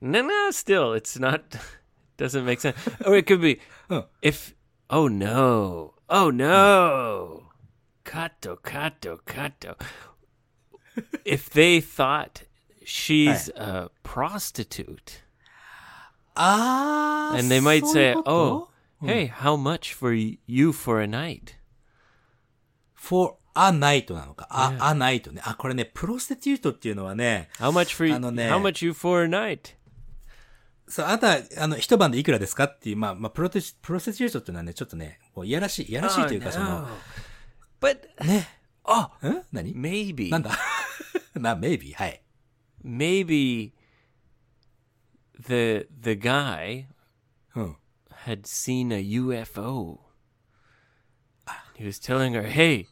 Speaker 1: No, no, still, it's not, doesn't make sense. Or it could be,
Speaker 2: Huh.
Speaker 1: if, oh no, oh no, kato, kato, kato. If they thought she's a prostitute,
Speaker 2: あー
Speaker 1: and they might
Speaker 2: そうい
Speaker 1: say,
Speaker 2: うこと
Speaker 1: oh, hey, how much for y- you for a night?
Speaker 2: for a night なのか。あ、a night ね。あ、これね、プロステテュートっていうのはね、
Speaker 1: How much for,
Speaker 2: あのね
Speaker 1: how much you for a night?
Speaker 2: そう、あなた、あの、一晩でいくらですかっていう、まあ、まあ、プロテ、プロステテュートっていうのはね、ちょっとね、こういやらしい、いやらしい
Speaker 1: Oh,
Speaker 2: というか、その、
Speaker 1: But,
Speaker 2: ね、
Speaker 1: oh,
Speaker 2: ん何
Speaker 1: maybe.
Speaker 2: なんだ な、maybe? はい。
Speaker 1: maybe the the guy
Speaker 2: うん。
Speaker 1: had seen a UFO. He was telling her, "Hey,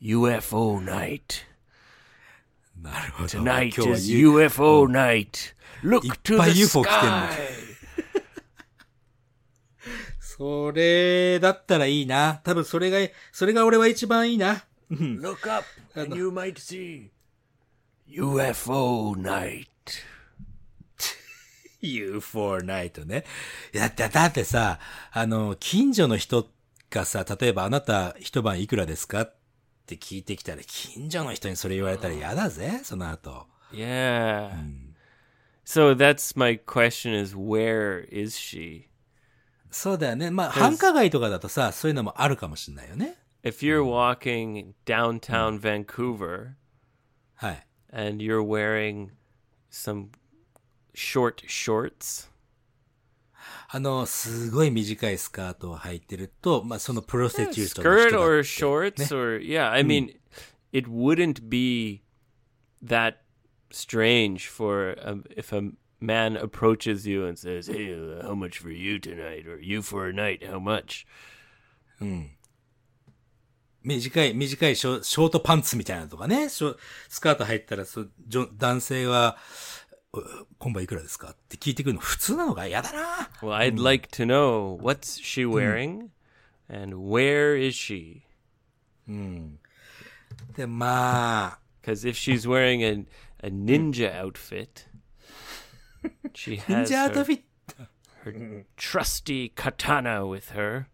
Speaker 1: UFO night
Speaker 2: なるほど。
Speaker 1: tonight
Speaker 2: 今日は
Speaker 1: is
Speaker 2: 言う
Speaker 1: UFO night. Look to
Speaker 2: いっぱい
Speaker 1: the
Speaker 2: UFO 来てんの
Speaker 1: sky."
Speaker 2: それだったらいいな。多分それが、それが俺は一番いいな。
Speaker 1: Look up, and you might see UFO night.
Speaker 2: You for night ね。だって、だってさ、あの、近所の人がさ、例えばあなた一晩いくらですかって聞いてきたら、近所の人にそれ言われたら嫌だぜ、その後。
Speaker 1: Yeah. So that's my question: Is where is she?
Speaker 2: そうだよね。まあ、繁華街とかだとさ、そういうのもあるかもしれないよね。
Speaker 1: If you're walking downtown Vancouver,
Speaker 2: はい。
Speaker 1: and you're wearing some short shorts.
Speaker 2: あの、すごい短いスカートを履いてると、まあ、そのプロステチュートの
Speaker 1: Skirt
Speaker 2: 人が
Speaker 1: or shorts or yeah, I mean it wouldn't be that strange for um if a man approaches you and says, "Hey, uh, how much for you tonight?" or "You for a night, how much?"
Speaker 2: 短い、短いショショートパンツみたいなのとかね、ショスカート入ったらそうじょ男性は、う今晩いくらですかって聞いてくるの普通なのか嫌だな
Speaker 1: Well, I'd like to know what's she wearing and where is she?
Speaker 2: で、 まあ、
Speaker 1: Cuz if she's wearing a a ninja outfit, she
Speaker 2: 忍
Speaker 1: has
Speaker 2: 者ア
Speaker 1: her-
Speaker 2: ートフィット
Speaker 1: trusty katana with her.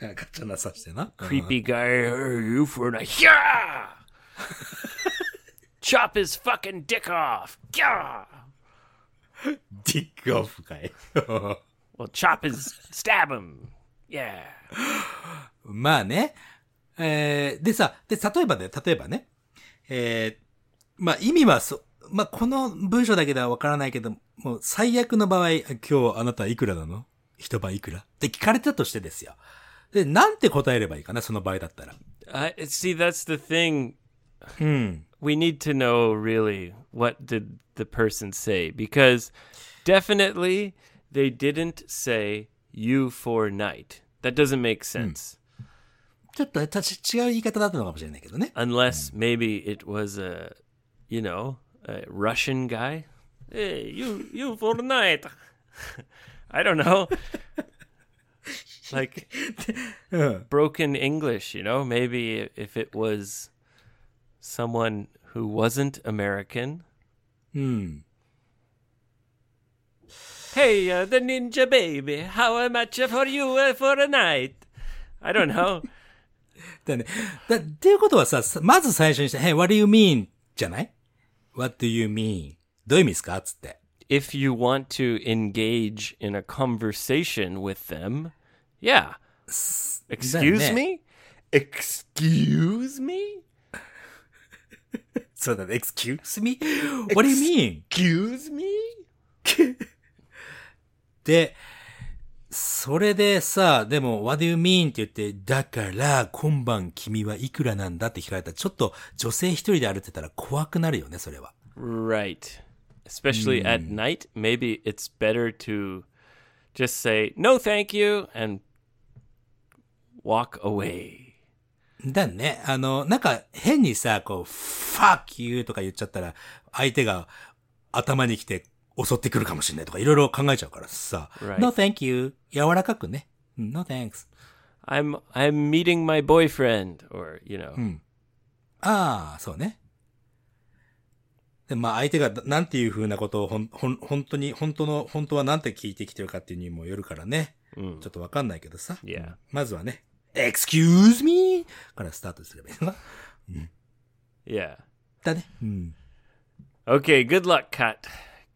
Speaker 2: ガチャなさしてな。
Speaker 1: Creepy guy, "Hey, you for a yeah! Chop his fucking dick off. Yeah.
Speaker 2: ディックオフかい。
Speaker 1: Well, chop his stab him. Yeah.
Speaker 2: まあね。えー、でさ、で、例えばね、例えばね、えー、まあ意味はそ、まあこの文章だけではわからないけど、もう最悪の場合、今日あなたいくらなの一晩いくらって聞かれたとしてですよ。で、なんて答えればいいかな、その場合だったら。
Speaker 1: I see. That's the thing. We need to know really what did the person say because definitely they didn't say you for night. That doesn't make sense.
Speaker 2: ちょっとたち違う言い方だったのかもしれないけどね。
Speaker 1: unless maybe it was a, you know, a Russian guy. Hey, you, you for the night. I don't know. like broken English, you know. Maybe if it was someone who wasn't American. Hmm. Hey, uh, the ninja baby, how much for you uh, for a night? I don't know.
Speaker 2: だね。だ、っていうことはさ、さまず最初にして、Hey, what do you mean? じゃない ?What do you mean? どういう意味ですかつって。
Speaker 1: if you want to engage in a conversation with them, yeah. Excuse
Speaker 2: that-
Speaker 1: me? Excuse me?
Speaker 2: そうだね。Excuse me? What do you mean?
Speaker 1: Excuse me?
Speaker 2: で、それでさ、でも、what do you mean? って言って、だから、今晩君はいくらなんだって聞かれたら、ちょっと女性一人で歩いてたら怖くなるよね、それは。
Speaker 1: Right. Especially at night, maybe it's better to just say, no, thank you, and walk away.
Speaker 2: だね。あの、なんか、変にさ、こう、fuck you とか言っちゃったら、相手が頭に来て襲ってくるかもしれないとか、いろいろ考えちゃうからさ。
Speaker 1: Right.
Speaker 2: No thank you. 柔らかくね。うん No thanks.
Speaker 1: I'm I'm meeting my boyfriend or you know.
Speaker 2: ああ、そうね。でまあ相手がなんていう風なことをほん、ほん、本当に、本当の、本当はなんて聞いてきてるかっていうにもよるからね。
Speaker 1: Mm.
Speaker 2: ちょっとわかんないけどさ。
Speaker 1: Yeah.
Speaker 2: まずはね、excuse me! からスタートすればいいな。
Speaker 1: Yeah.
Speaker 2: だね。うん。
Speaker 1: Okay, good luck, cut.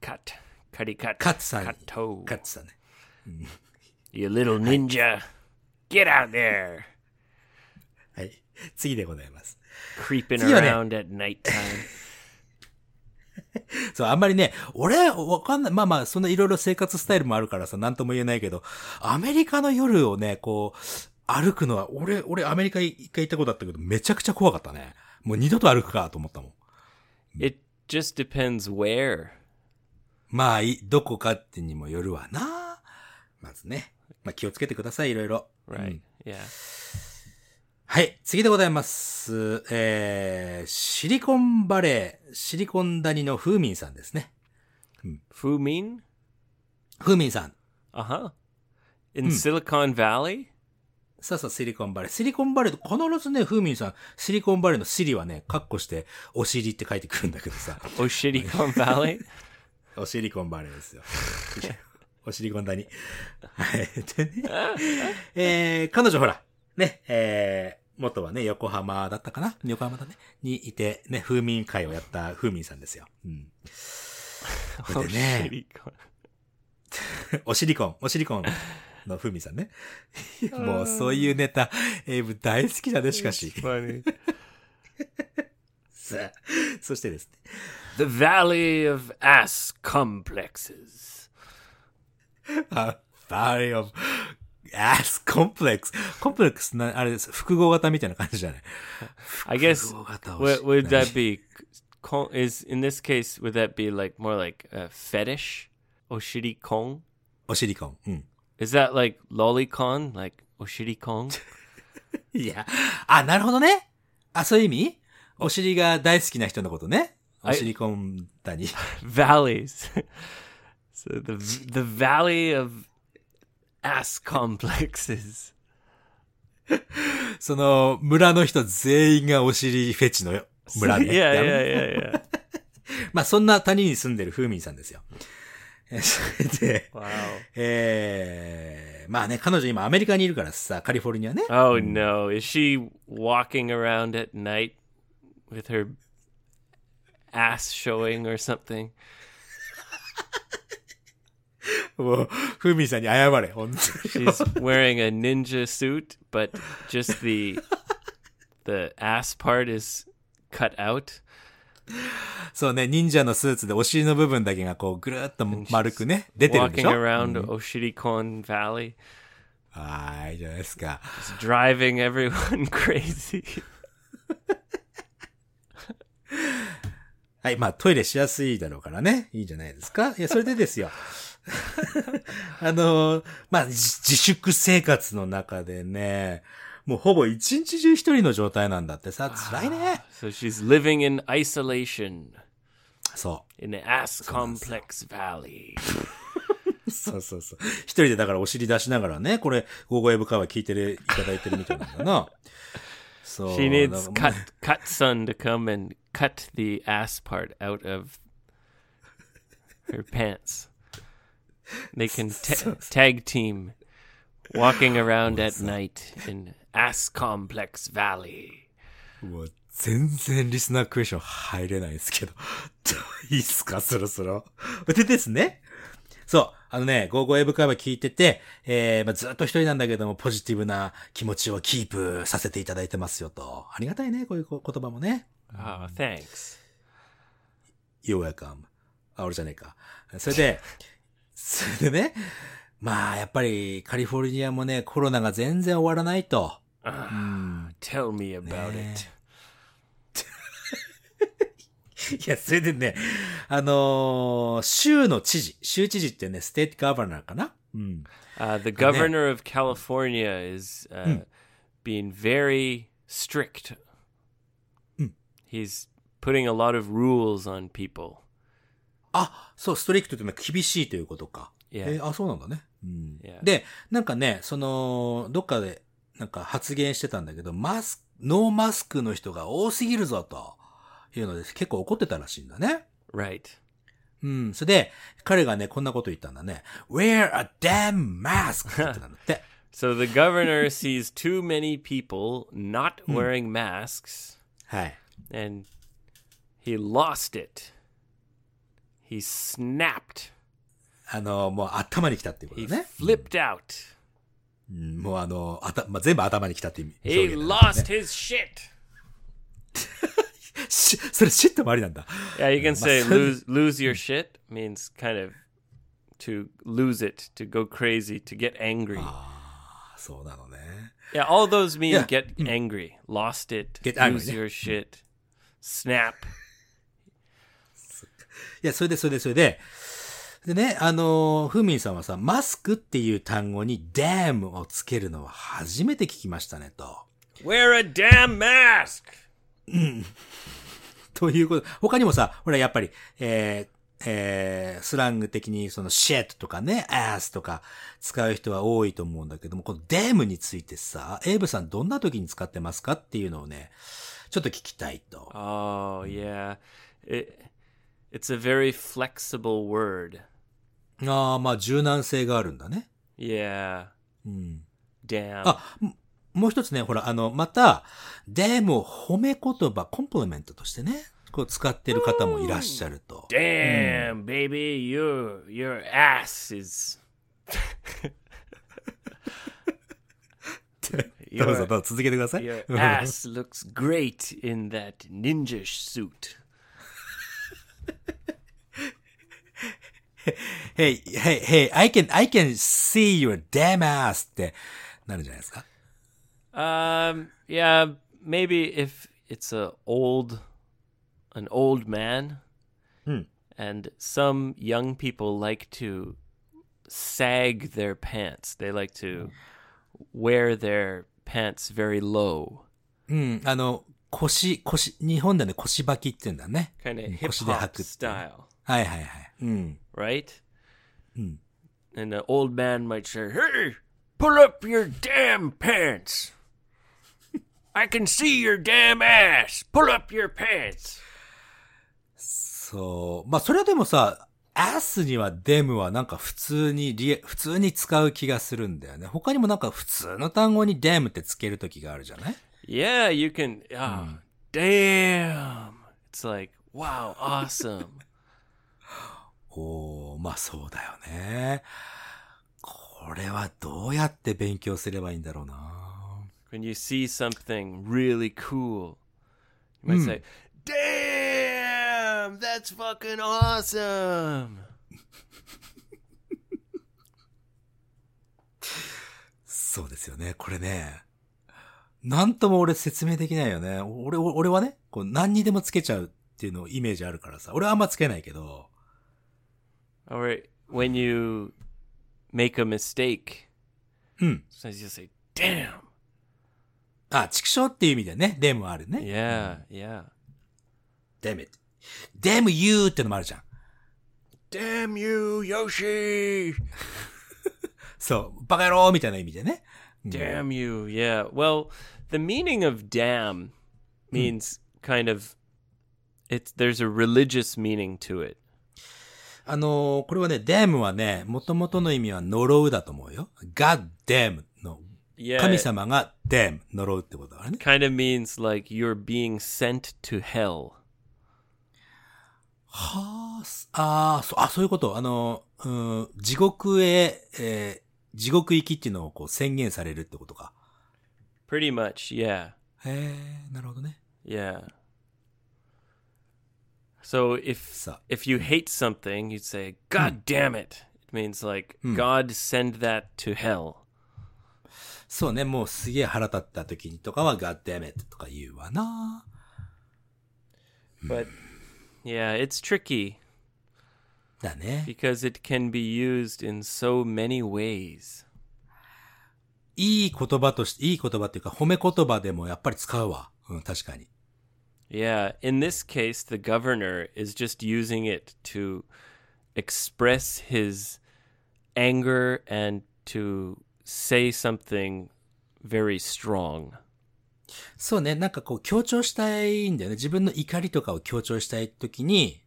Speaker 1: Cut. Cutty cut.
Speaker 2: カツさんに。
Speaker 1: Cutto.
Speaker 2: カツさんね。
Speaker 1: You little ninja. Get out there.
Speaker 2: はい。次でございます。
Speaker 1: Creeping
Speaker 2: 次はね。
Speaker 1: around at nighttime.
Speaker 2: そう、あんまりね、俺、わかんない。まあまあ、そんないろいろ生活スタイルもあるからさ、なんとも言えないけど、アメリカの夜をね、こう、歩くのは、俺、俺、アメリカ一回行ったことあったけど、めちゃくちゃ怖かったね。もう二度と歩くかと思ったもん。
Speaker 1: It just depends where.
Speaker 2: まあ、いどこかってにもよるわな。まずね。まあ、気をつけてください、いろいろ。
Speaker 1: Right. Yeah.
Speaker 2: はい、次でございます。えー、シリコンバレー、シリコン谷のフーミンさんですね。
Speaker 1: Fu Min?
Speaker 2: フーミンさん。
Speaker 1: Uh huh. In Silicon Valley?
Speaker 2: さあさあ、シリコンバレー。シリコンバレーと必ずね、フーミンさん、シリコンバレーのシリはね、カッコして、お尻って書いてくるんだけどさ、
Speaker 1: Oh, Shittycon Valley?
Speaker 2: おシリコンバレーですよ。 おシリコン谷。はい。でね、えー、彼女ほら、ね、えー、元はね、横浜だったかな横浜だね。にいて、ね、風民会をやった風民さんですよ。うん。
Speaker 1: Oh,
Speaker 2: でね
Speaker 1: Shittycon.
Speaker 2: おシリコン、おシリコンの風民さんね。もうそういうネタ、エイブ大好きだね、しかし。
Speaker 1: Funny.
Speaker 2: さあそしてですね、
Speaker 1: The Valley of Ass Complexes.
Speaker 2: あ、バリオブ、アスコンプレックス。コンプレックスな、あれです。複合型みたいな感じじゃない
Speaker 1: I guess
Speaker 2: 複合型を
Speaker 1: what
Speaker 2: 知
Speaker 1: would
Speaker 2: らない
Speaker 1: that be? Con- is in this case would that be like more like a fetish? Oshiri Kong?
Speaker 2: おシリコン。うん。
Speaker 1: Is that like lolicon? Like Oshiri Kong?
Speaker 2: いや。あ、なるほどね。あ、そういう意味お尻が大好きな人のことね。お
Speaker 1: はい
Speaker 2: 尻コンだに。
Speaker 1: Valleys. so the the valley of ass complexes.
Speaker 2: その、村の人全員がお尻フェチの村ね。
Speaker 1: yeah,
Speaker 2: やめ
Speaker 1: yeah, yeah, yeah.
Speaker 2: まあ、そんな谷に住んでる風民さんですよ。えそれで、
Speaker 1: Wow.
Speaker 2: えー、まあね、彼女今アメリカにいるからさ、カリフォルニアね。
Speaker 1: Oh no. Is she walking around at night with her ass showing or something?
Speaker 2: もう、ふみさんに謝れ、本当に。
Speaker 1: She's wearing a ninja suit, but just the the ass part is cut out.
Speaker 2: そうね、忍者のスーツでお尻の部分だけがこう、ぐるーっと丸くね、出てるん
Speaker 1: Walking
Speaker 2: でしょ
Speaker 1: around Oshirikon Valley,
Speaker 2: はーい、じゃないですか。
Speaker 1: just driving everyone crazy.
Speaker 2: はい、まあトイレしやすいだろうからね、いいんじゃないですか。いや、それでですよ。 あのーまあ、じ自粛生活の中でね、もうほぼ一日中一人の状態なんだってさ、辛いね。
Speaker 1: So she's living in isolation
Speaker 2: そう。
Speaker 1: in the ass complex valley.
Speaker 2: そうそうそう。一人でだからお尻出しながらね、これ、ゴーゴーエブカワ聞いてる、いただいてるみたいなんだな。 そう。
Speaker 1: She
Speaker 2: だ
Speaker 1: needs
Speaker 2: から
Speaker 1: cut cut sun to come and cut the ass part out of her pants. They can ta- tag team walking around at night in ass complex valley.
Speaker 2: もう全然リスナークエスション入れないですけど。 どういいっすか、そろそろ。でですね。そう。あのね、ゴーゴーエブカワ聞いてて、えーまあ、ずっと一人なんだけども、ポジティブな気持ちをキープさせていただいてますよと。ありがたいね、こういうこ言葉もね。
Speaker 1: Oh, thanks.
Speaker 2: You're welcome. あ、俺じゃねえか。それで、 それでね、まあ、やっぱりカリフォルニアもね、コロナが全然終わらないと。
Speaker 1: Tell me about it.
Speaker 2: いや、それでね、あのー州の知事、州知事ってね、ステートガバナーかなうん。
Speaker 1: Uh, the governor of California is uh, being very strict. He's putting a lot of rules on people.
Speaker 2: あ、そう、ストリクトってのは厳しいということか。
Speaker 1: いや
Speaker 2: えーあ、そうなんだね。うん。
Speaker 1: いや
Speaker 2: で、なんかね、その、どっかで、なんか発言してたんだけど、マスク、ノーマスクの人が多すぎるぞ、というので、結構怒ってたらしいんだね。
Speaker 1: Right.
Speaker 2: うん。それで、彼がね、こんなこと言ったんだね。wear a damn mask! って言ってたんだって。
Speaker 1: So the governor sees too many people not wearing masks
Speaker 2: はい。
Speaker 1: and he lost it. He snapped.
Speaker 2: あの、もう頭に来たっていうこ
Speaker 1: He
Speaker 2: とね。
Speaker 1: flipped out.
Speaker 2: うんもうあの、あた、まあ、全部頭に来たっていう意味
Speaker 1: He
Speaker 2: 表現だね
Speaker 1: lost his shit.
Speaker 2: しそれシットもありなんだ。
Speaker 1: Yeah, you can say
Speaker 2: son-
Speaker 1: lose lose your shit means kind of to lose it, to go crazy, to get angry.
Speaker 2: そうなのね。
Speaker 1: Ah. Yeah, Hmm. all those mean
Speaker 2: Yeah.
Speaker 1: get angry, lost it,
Speaker 2: Get angry,
Speaker 1: lose your
Speaker 2: yeah.
Speaker 1: shit, snap.
Speaker 2: いや、それで、それで、それで。でね、あのー、ふみんさんはさ、マスクっていう単語に damn をつけるのは初めて聞きましたね、と。
Speaker 1: Wear a damn mask.
Speaker 2: ということ。他にもさ、ほら、やっぱり、えーえースラング的に、その、shit とかね、ass とか、使う人は多いと思うんだけども、この damn についてさ、エイブさんどんな時に使ってますかっていうのをね、ちょっと聞きたいと。
Speaker 1: Oh yeah, it it's a very flexible word.
Speaker 2: ああ、まあ、柔軟性があるんだね。
Speaker 1: Yeah,
Speaker 2: うん。
Speaker 1: damn.
Speaker 2: あ、ももう一つね、ほら、あの、また、でも褒め言葉、コンプリメントとしてね、こう使ってる方もいらっしゃると。
Speaker 1: damn, baby, your your ass is. your-
Speaker 2: どうぞどうぞ続けてください。
Speaker 1: Your ass looks great in that ninja suit.
Speaker 2: hey, hey, hey, I can, I can see your damn ass ってなるじゃないですか。
Speaker 1: Um, yeah, maybe if it's a old, an old man,
Speaker 2: Hmm.
Speaker 1: and some young people like to sag their pants. They like to wear their pants very low,
Speaker 2: うん、あの、腰、腰、日本でね、腰履きって言うんだね。
Speaker 1: kind of
Speaker 2: Mm,
Speaker 1: hip
Speaker 2: 腰で履くって。
Speaker 1: hop style,
Speaker 2: はいはいはい。うん。
Speaker 1: right?
Speaker 2: Hmm.
Speaker 1: And an old man might say, "Hey, pull up your damn pants." I can see your damn ass. Pull up your pants.
Speaker 2: そう。まあ、それはでもさ、アスにはデムはなんか普通にリエ、普通に使う気がするんだよね。他にもなんか普通の単語にデムってつけるときがあるじゃない
Speaker 1: Yeah, you can. Ah, damn! It's like wow, awesome.
Speaker 2: おー、まあそうだよね。これはどうやって勉強すればいいんだろうな。
Speaker 1: when you see something really cool, you might say, "Damn, that's fucking awesome."
Speaker 2: そうですよね。これね。なんとも俺説明できないよね。俺、俺俺はね、こう何にでもつけちゃうっていうのイメージあるからさ。俺はあんまつけないけど。
Speaker 1: Or when you make a mistake,
Speaker 2: うん。
Speaker 1: sometimes you say, "Damn."
Speaker 2: あ、畜生っていう意味でね。デムはあるね。
Speaker 1: Yeah, yeah.
Speaker 2: デム。デム you ってのもあるじゃん。
Speaker 1: Damn you, Yoshi!
Speaker 2: そう。バカ野郎みたいな意味でね。うん
Speaker 1: Damn you. Yeah. Well, the meaning of damn means kind of it's there's a religious meaning to it.
Speaker 2: あのーこれはね、デムはね、元々の意味は呪うだと思うよ。God damn の
Speaker 1: Yeah.
Speaker 2: 神
Speaker 1: it
Speaker 2: 様が damn 呪うってことだからね。
Speaker 1: kind of means like you're being sent to hell.
Speaker 2: はあ、すあーそう、あ、そういうこと。あの、うん、地獄へ、えー地獄行きっていうのをこう宣言されるってことか。
Speaker 1: Pretty much. Yeah.
Speaker 2: へえ、なるほどね。
Speaker 1: Yeah. So if
Speaker 2: So-
Speaker 1: if you hate something, you'd say god damn it. It means like
Speaker 2: Hmm.
Speaker 1: god send that to hell.
Speaker 2: そうね、もうすげえ腹立った時にとかは God damn it とか言うわな。
Speaker 1: But yeah, it's tricky.
Speaker 2: だね。
Speaker 1: Because it can be used in so many ways.
Speaker 2: いい言葉として、いい言葉っていうか褒め言葉でもやっぱり使うわ。うん、確かに。
Speaker 1: Yeah, in this case, the governor is just using it to express his anger and to say something very strong.
Speaker 2: そうね、なんかこう強調したいんだよね。自分の怒りとかを強調したい時に、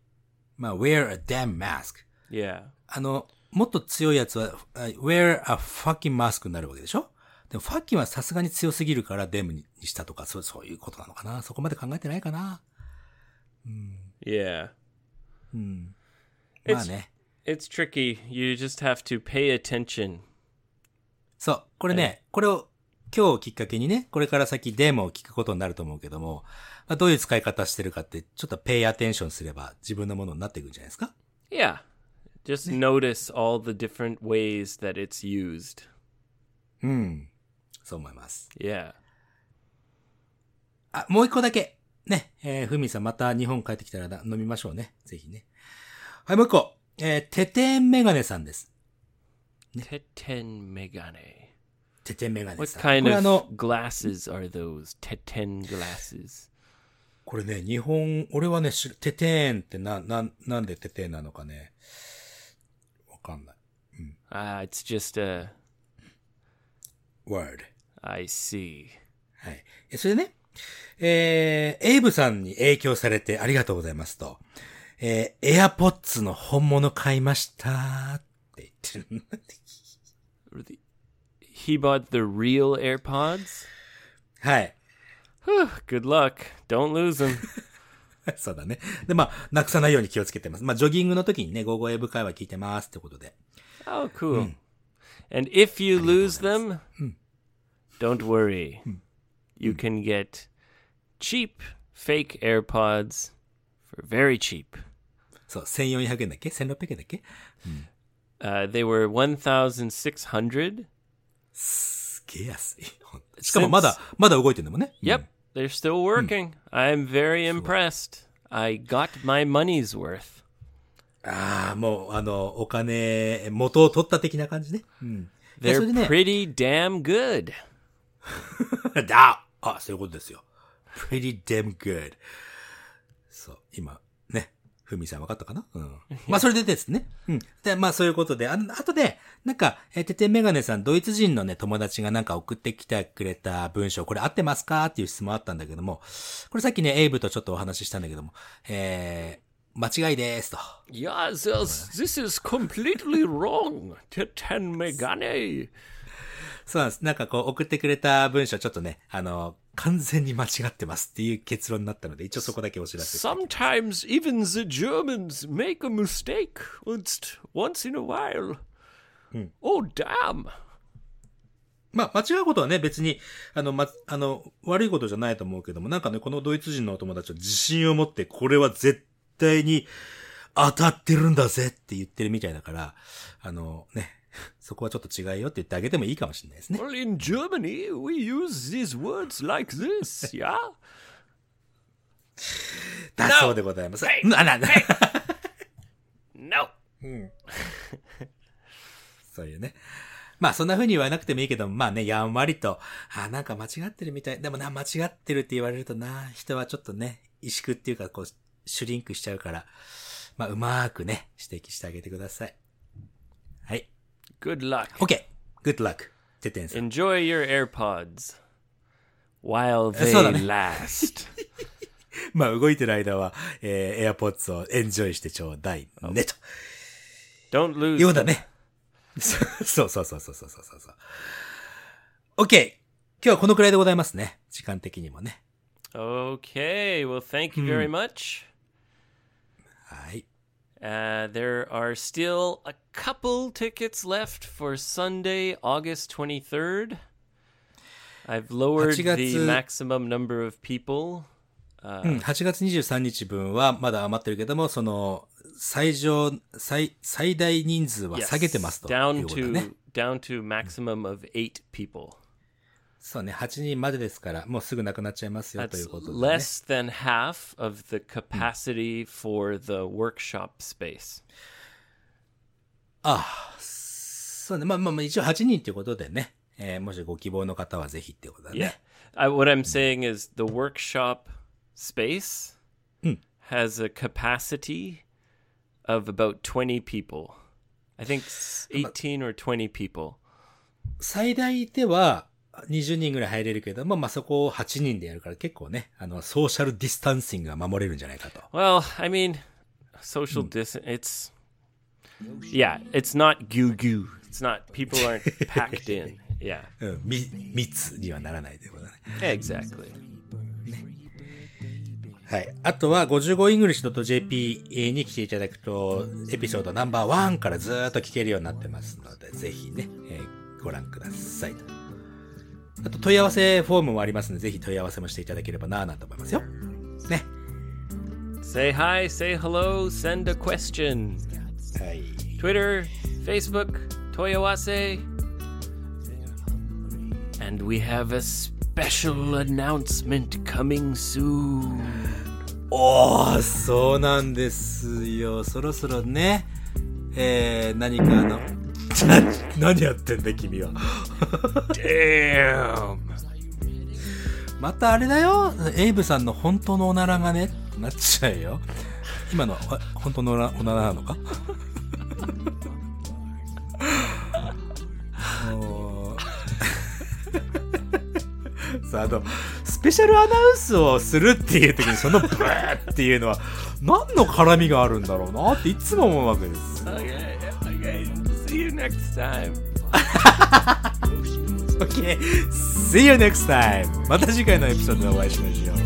Speaker 2: まあ、wear a damn mask。
Speaker 1: Yeah.
Speaker 2: あの、もっと強いやつは、あ wear a fucking mask になるわけでしょでも、fucking はさすがに強すぎるから、damn にしたとか、そう、そういうことなのかなそこまで考えてないかな
Speaker 1: Yeah.
Speaker 2: うん。
Speaker 1: It's-
Speaker 2: まあね。
Speaker 1: It's tricky. You just have to pay attention.
Speaker 2: そう。これね、これを今日をきっかけにね、これから先デーモンを聞くことになると思うけども、まあ、どういう使い方してるかって、ちょっとペイアテンションすれば自分のものになっていくんじゃないですか
Speaker 1: Yeah. Just notice all the different ways that it's used.
Speaker 2: うん。そう思います。
Speaker 1: Yeah.
Speaker 2: あ、もう一個だけ。ね、えー、ふみさんまた日本帰ってきたらな飲みましょうね。ぜひね。はい、もう一個。えー、ててんメガネさんです。
Speaker 1: Teten Megane.
Speaker 2: ててんメガネ
Speaker 1: What
Speaker 2: さん。
Speaker 1: kind
Speaker 2: これあの
Speaker 1: of glasses are those? Teten glasses.
Speaker 2: これね、日本、俺はね、知るててんってな、な、なんでててんなのかね。わかんない。
Speaker 1: Ah, it's just a.
Speaker 2: word.
Speaker 1: I see.
Speaker 2: はい。えそれでね、えー、エイブさんに影響されてありがとうございますと、えー、エアポッツの本物買いましたって言ってる。
Speaker 1: He bought the real AirPods?
Speaker 2: はい。
Speaker 1: Whew, good luck. Don't lose them.
Speaker 2: そうだね。で、まあ、なくさないように気をつけてます。まあ、ジョギングの時にね、午後エイブ会話聞いてますってことで。
Speaker 1: Oh, cool. And if you lose them, don't worry. You can get cheap fake AirPods for very cheap.
Speaker 2: そう、1400円だっけ ?1600 円だっけ
Speaker 1: Uh, they were 1,600.
Speaker 2: すげえ安い。 ほんとしかもまだ、まだ動いてるんだもんね。
Speaker 1: Yep, they're still working. I'm very impressed. I got my money's worth.
Speaker 2: ああ、もう、あの、お金、元を取った的な感じね。うん。いや
Speaker 1: They're
Speaker 2: それでね
Speaker 1: pretty damn good.
Speaker 2: だあ、そういうことですよ。pretty damn good. そう、今、ね。ふみさん分かったかなうん。まあ、それでですね。うん。で、まあ、そういうことで、あの、あとで、なんか、えー、ててメガネさん、ドイツ人のね、友達がなんか送ってきてくれた文章、これ合ってますかっていう質問あったんだけども、これさっきね、エイブとちょっとお話ししたんだけども、えー、間違いですと。
Speaker 1: Yeah, there's, this is completely wrong. Titan Megane.
Speaker 2: そうなんです。なんかこう、送ってくれた文章、ちょっとね、あの、完全に間違ってますっていう結論になったので、一応そこだけお知らせ。
Speaker 1: Sometimes even the Germans make a mistake once, once in a while. Oh, damn.
Speaker 2: まあ、間違うことはね、別に、あの、ま、あの、悪いことじゃないと思うけども、なんかね、このドイツ人のお友達は自信を持って、これは絶対に当たってるんだぜって言ってるみたいだから、あの、ね、そこはちょっと違うよって言ってあげてもいいかもしれないですね。
Speaker 1: Well, in Germany, we use these words like this, yeah?
Speaker 2: だそうでございます。な、な、な、
Speaker 1: No.
Speaker 2: そういうね。まあそんな風に言わなくてもいいけど、まあね、やんわりと、あなんか間違ってるみたい。でもな、間違ってるって言われるとな、人はちょっとね、萎縮っていうか、こう、シュリンクしちゃうから、まあうまーくね、指摘してあげてください。はい。
Speaker 1: Good luck.
Speaker 2: OK! Good luck! ててんさん。
Speaker 1: Enjoy your AirPods while they
Speaker 2: so then-
Speaker 1: last.
Speaker 2: まあ動いてる間は、えー、AirPods をエンジョイしてちょうだいね、と。
Speaker 1: Don't lose.
Speaker 2: ようだね。そうそうそうそうそうそうそうそう。OK! 今日はこのくらいでございますね。時間的にもね。
Speaker 1: Okay, well, thank you very much.
Speaker 2: はい。
Speaker 1: Uh, there are still a couple tickets left for Sunday, August 23rd. I've lowered
Speaker 2: 8月
Speaker 1: the maximum number of people.
Speaker 2: うん、8月23日分はまだ余ってるけども、その、最上、最、最大人数は
Speaker 1: Yes,
Speaker 2: 下げてますという
Speaker 1: down
Speaker 2: ことだ
Speaker 1: to
Speaker 2: ね。
Speaker 1: down to maximum of eight people.
Speaker 2: そうね、8人までですから、もうすぐなくなっちゃいますよと
Speaker 1: That's
Speaker 2: いうことで、ね。
Speaker 1: less than half of the capacity for the workshop space.
Speaker 2: ああ、そうね、まあまあまあ一応8人ということでね、えーもしご希望の方はぜひっていうことだね。
Speaker 1: Yeah. I, what I'm saying is the workshop space has a capacity of about 20 people. I think s- 18 or 20 people.
Speaker 2: 最大では20人ぐらい入れるけども、まあそこを8人でやるから結構ね、あの、ソーシャルディスタンシングが守れるんじゃないかと。
Speaker 1: Well, I mean, social distance. It's yeah, it's not goo goo. It's not people aren't packed in. Yeah,
Speaker 2: うん、み、密にはならないということだね。
Speaker 1: exactly.
Speaker 2: はい。あとは、55english.jp に来ていただくと、エピソードナンバーワンからずーっと聞けるようになってますので、ぜひね、えーご覧ください。あと、問い合わせフォームもありますので、ぜひ問い合わせもしていただければなぁなんて思いますよ。ね。
Speaker 1: Say hi, say hello, send a question.
Speaker 2: はい。
Speaker 1: Twitter, Facebook, Toyoase. And we have a special announcement coming soon.
Speaker 2: おー、そうなんですよ。そろそろね、えー、何かあの、 何やってんだ君は。
Speaker 1: Damn.
Speaker 2: またあれだよエイブさんの本当のおならがねってなっちゃうよ今のは本当のおなおならなのか もうさああのスペシャルアナウンスをするっていう時にそのブーっていうのは何の絡みがあるんだろうなっていつも思うわけです
Speaker 1: Okay, okay. See you next time.
Speaker 2: OK See you next time また次回のエピソードでお会いしましょう